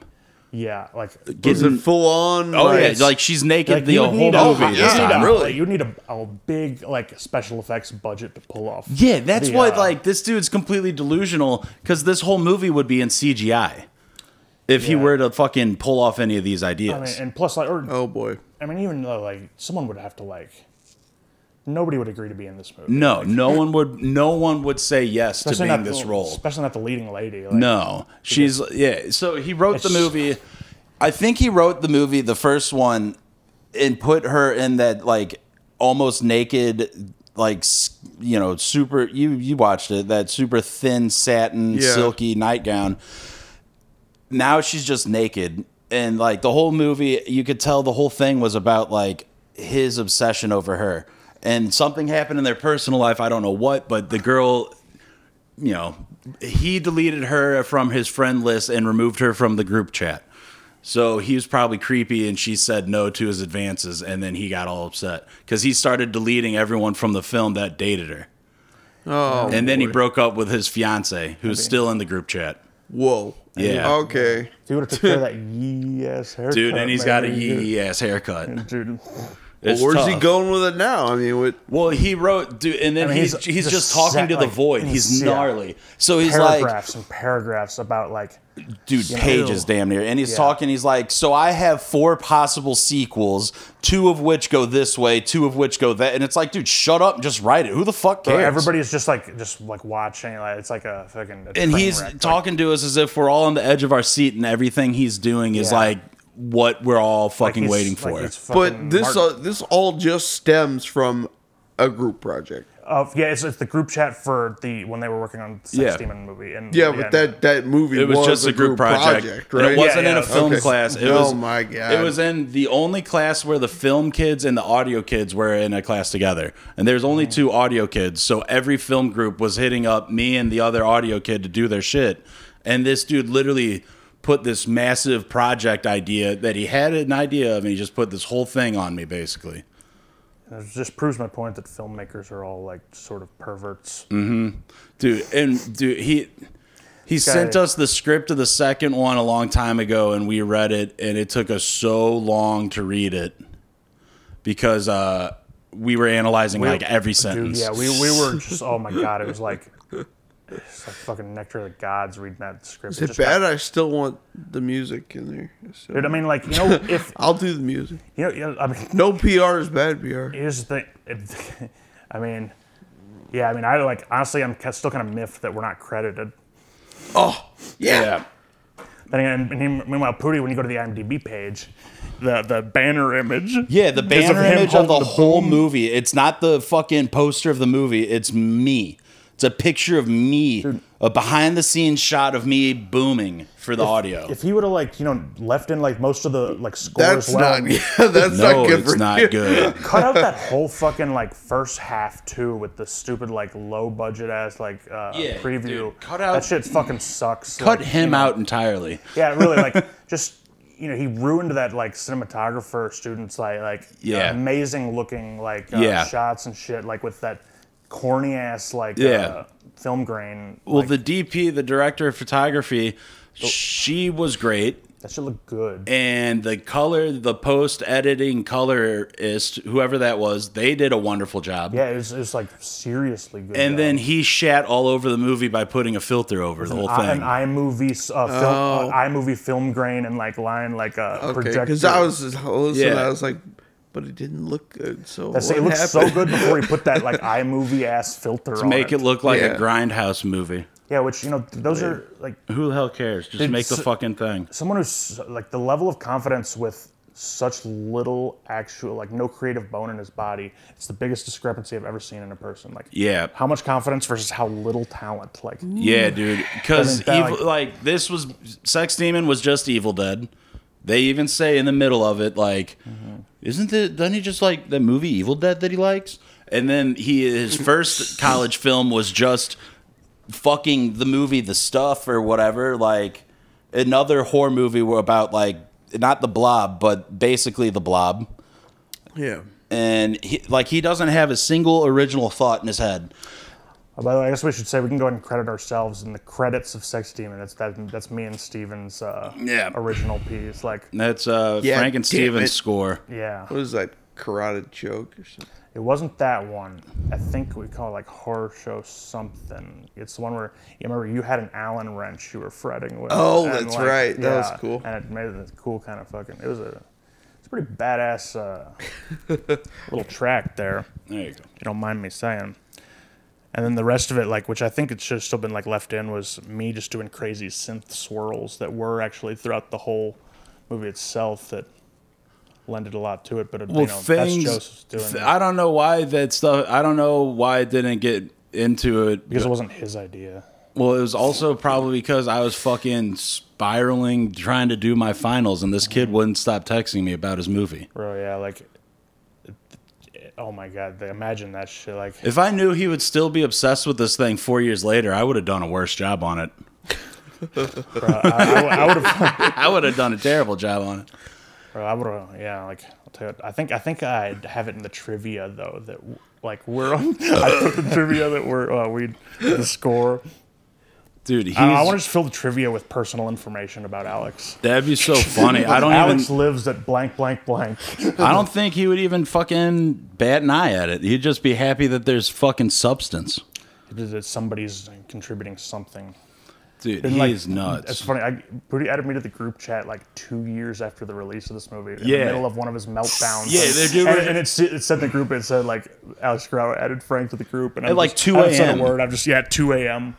Yeah, like Is it full on? oh yeah like she's naked Like, the you whole would need movie a- is you would need on. a, really. like, you would need a, a big like special effects budget to pull off. yeah that's the, why uh, like this dude's completely delusional because this whole movie would be in cgi if he Yeah. were to fucking pull off any of these ideas I mean, and plus, like, or Oh boy. I mean, even though like someone would have to like, nobody would agree to be in this movie. no no one would no one would say yes to being not this the, role especially not the leading lady. Like, No, she's yeah. So he wrote the It's- movie. I think he wrote the movie, the first one, and put her in that like almost naked, like s- you know, super. You you watched it that super thin satin Yeah. silky nightgown. Now she's just naked, and like the whole movie, you could tell the whole thing was about like his obsession over her. And something happened in their personal life. I don't know what, but the girl you know, he deleted her from his friend list and removed her from the group chat. So he was probably creepy and she said no to his advances and then he got all upset because he started deleting everyone from the film that dated her. Oh. And then he broke up with his fiance who's still in the group chat. Whoa. Yeah. Okay. if you would have took care of that yee ass haircut, Dude, and he's man, got a you'd- yee ass haircut. Dude, It's Where's he tough. going with it now? I mean, what? Well, he wrote, dude, and then I mean, he's, he's- he's he's just a talking sac- to the like, void. He's he's- yeah. gnarly. So he's like, paragraphs and paragraphs about like dude pages damn near and he's talking he's like so i have four possible sequels two of which go this way two of which go that and it's like dude shut up and just write it who the fuck cares everybody is just like just like watching. Like it's like a fucking. a and train he's wreck, like, talking to us as if we're all on the edge of our seat and everything he's doing is Yeah. like what we're all fucking he's- waiting like, for he's fucking But this Martin. uh, this all just stems from a group project. of yeah, it's, it's the group chat for the when they were working on the Sex Yeah. Demon movie. And Yeah, but that that movie it was, just a group, project, right? and it wasn't Yeah, in a yeah. film Okay. class it Oh was my God. it was in the only class where the film kids and the audio kids were in a class together and there's only two audio kids so every film group was hitting up me and the other audio kid to do their shit and this dude literally put this massive project idea that he had an idea of and he just put this whole thing on me basically It just proves my point that filmmakers are all like sort of perverts. dude and dude he he sent us the script of the second one a long time ago and we read it and it took us so long to read it because uh we were analyzing like every Dude, sentence yeah, we, we were just oh my god, it was like it's like fucking nectar of the gods reading that script. It Is it just bad? got- I still want the music in there. So- dude, I mean, like you know, if I'll do the music. you know, you know, I mean, No PR is bad PR. here's the thing. If- I mean, yeah, I mean, I like honestly, I'm ca- still kind of miffed that we're not credited. Oh, yeah. Then again, and he- meanwhile, Pooty, when you go to the IMDb page, the the banner image, yeah the is banner him image of the, holding whole boom. movie it's not the fucking poster of the movie it's me it's a picture of me a behind the scenes shot of me booming for the audio If he would have like you know left in like most of the like score That's as well, not. Yeah, that's no not good it's for not you. good cut out that whole fucking like first half too with the stupid like low budget ass like uh, Yeah, preview. dude, cut out- that shit. Fucking sucks. cut like, him you know. out entirely Yeah, really. Like just you know he ruined that like cinematographer students like like Yeah. amazing looking like uh, Yeah. shots and shit like with that corny ass like Yeah. uh, film grain. Oh. Well, the DP, the director of photography, she was great. That should look good. and the color, the post editing colorist, whoever that was, they did a wonderful job. Yeah, it's it's like seriously good. And though. then he shat all over the movie by putting a filter over the whole I, an thing. Oh. iMovie s- uh, film, uh, iMovie film grain and like line like a Okay, projector. because I was just hosed Yeah. and I was like, but it didn't look good. So I say, it what looks so happened? good before he put that like iMovie ass filter on Make it look like Yeah. a grindhouse movie. Yeah, which you know th- those are like Who the hell cares? Just make the s- fucking thing. someone who's like the level of confidence with such little actual like no creative bone in his body. It's the biggest discrepancy I've ever seen in a person. Like Yeah. how much confidence versus how little talent. Like Yeah, dude. Because Doesn't sound evil, like this was Sex Demon was just Evil Dead. They even say in the middle of it, like, isn't it? Doesn't he just like the movie Evil Dead that he likes? And then he his first college film was just fucking the movie The Stuff or whatever, like another horror movie were about like not the Blob, but basically the Blob. Yeah. And he, like he doesn't have a single original thought in his head. Oh, by the way, I guess we should say we can go ahead and credit ourselves in the credits of Sex Demon. That's that, that's me and Steven's uh, Yeah. original piece. Like That's uh, Yeah, Frank and damn it. Stevens score. yeah, What is that? Karate choke or something? it wasn't that one. I think we call it like horror show something. It's the one where you remember you had an Allen wrench you were fretting with. Oh, and, that's right. That was cool. And it made it a cool kind of fucking. It was a it's a pretty badass uh, little track there. There you go. if you don't mind me saying. And then the rest of it, like which I think it should have still been like left in, was me just doing crazy synth swirls that were actually throughout the whole movie itself that lended a lot to it. But uh, you know, that's Joseph's doing th- it I don't know why that stuff. I don't know why I didn't get into it. because it wasn't his idea. Well, it was also probably because I was fucking spiraling trying to do my finals, and this kid wouldn't stop texting me about his movie. Bro, yeah, like, it- oh my god, they, imagine that shit. Like, If I knew he would still be obsessed with this thing four years later, I would have done a worse job on it. bro, I, would have, I would have done a terrible job on it. bro, I would have, yeah, like, I'll tell you what, I think I think I have it in the trivia though that like we're on. I put the trivia that we're uh, we the score. Uh, Dude, he's, I, want to just fill the trivia with personal information about Alex. that'd be so funny. I don't Alex even. lives at blank, blank, blank. I don't think he would even fucking bat an eye at it. He'd just be happy that there's fucking substance. It is- it's somebody's contributing something. Dude, And, he like, is nuts. It's funny. I Booty added me to the group chat like two years after the release of this movie, in Yeah. the middle of one of his meltdowns. Yeah, they're doing- And, and it, s- it said in the group. It said like Alex Grau added Frank to the group, and I'm At, like, just- 2 I haven't said a.m.. a word. I'm just yeah, two a.m.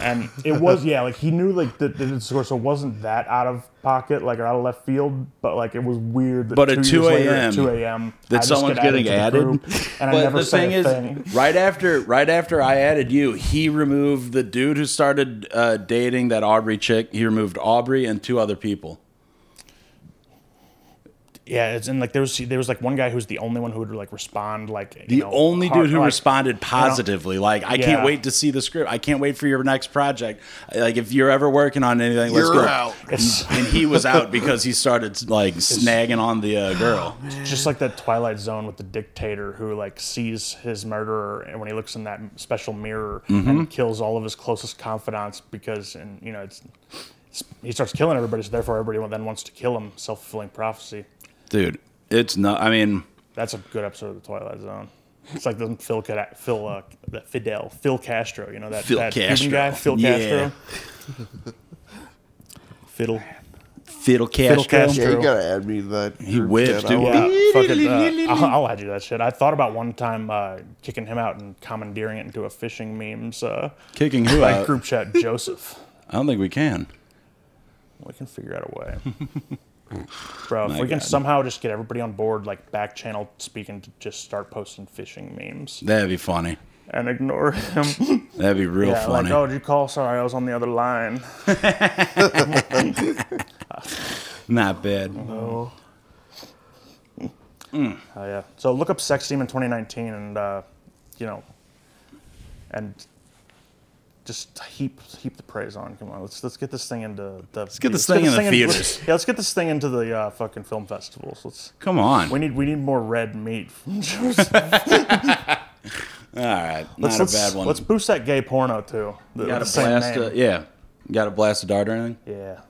And it was yeah, like he knew like that the score, so it wasn't that out of pocket, like or out of left field, but like it was weird. That But two at years later, at 2 two a.m. that I just someone's get getting to the added. group, and I never say a thing. right after right after I added you, he removed the dude who started uh, dating that Aubrey chick. He removed Aubrey and two other people. Yeah, it's and like there was there was like one guy who was the only one who would like respond like you The know, only hard- dude who like, responded positively, like I can't Yeah. wait to see the script. I can't wait for your next project. Like if you're ever working on anything, let's You're go. out. It's And he was out because he started like snagging on the Oh, uh, girl. just like that Twilight Zone with the dictator who like sees his murderer and when he looks in that special mirror Mm-hmm. and kills all of his closest confidants because and you know it's, it's he starts killing everybody so therefore everybody then wants to kill him self fulfilling prophecy. Dude, it's not. I mean, That's a good episode of the Twilight Zone. It's like the Phil Ca- Phil uh, that Fidel Phil Castro, you know that Phil that Castro. Cuban guy Phil Yeah. Castro. Fiddle. Fiddle Castro. Castro. Yeah, True. you gotta add me to that. He whiffed, dude. Yeah, fucking, uh, I'll, I'll add you that shit. I thought about one time uh, kicking him out and commandeering it into a fishing memes uh, Kicking who like out? group chat. Joseph, I don't think we can. we can figure out a way, bro. If My we can God. somehow just get everybody on board, like back channel speaking, to just start posting fishing memes That'd be funny. and ignore him. That'd be real yeah, funny. like oh, did you call? Sorry, I was on the other line. Not bad. Oh yeah. So look up Sex Demon 2019 and uh, you know and just heap heap the praise on. Come on, let's let's get this thing into the Let's get this thing in the theaters. yeah, let's get this thing into the uh, fucking film festivals. Let's Come on. we need we need more red meat from Joseph. Let's- All right. let's, Not a bad one. Let's boost that gay porno too. The, Got the to same blast. name. A, yeah. Got to blast a dart or anything? yeah.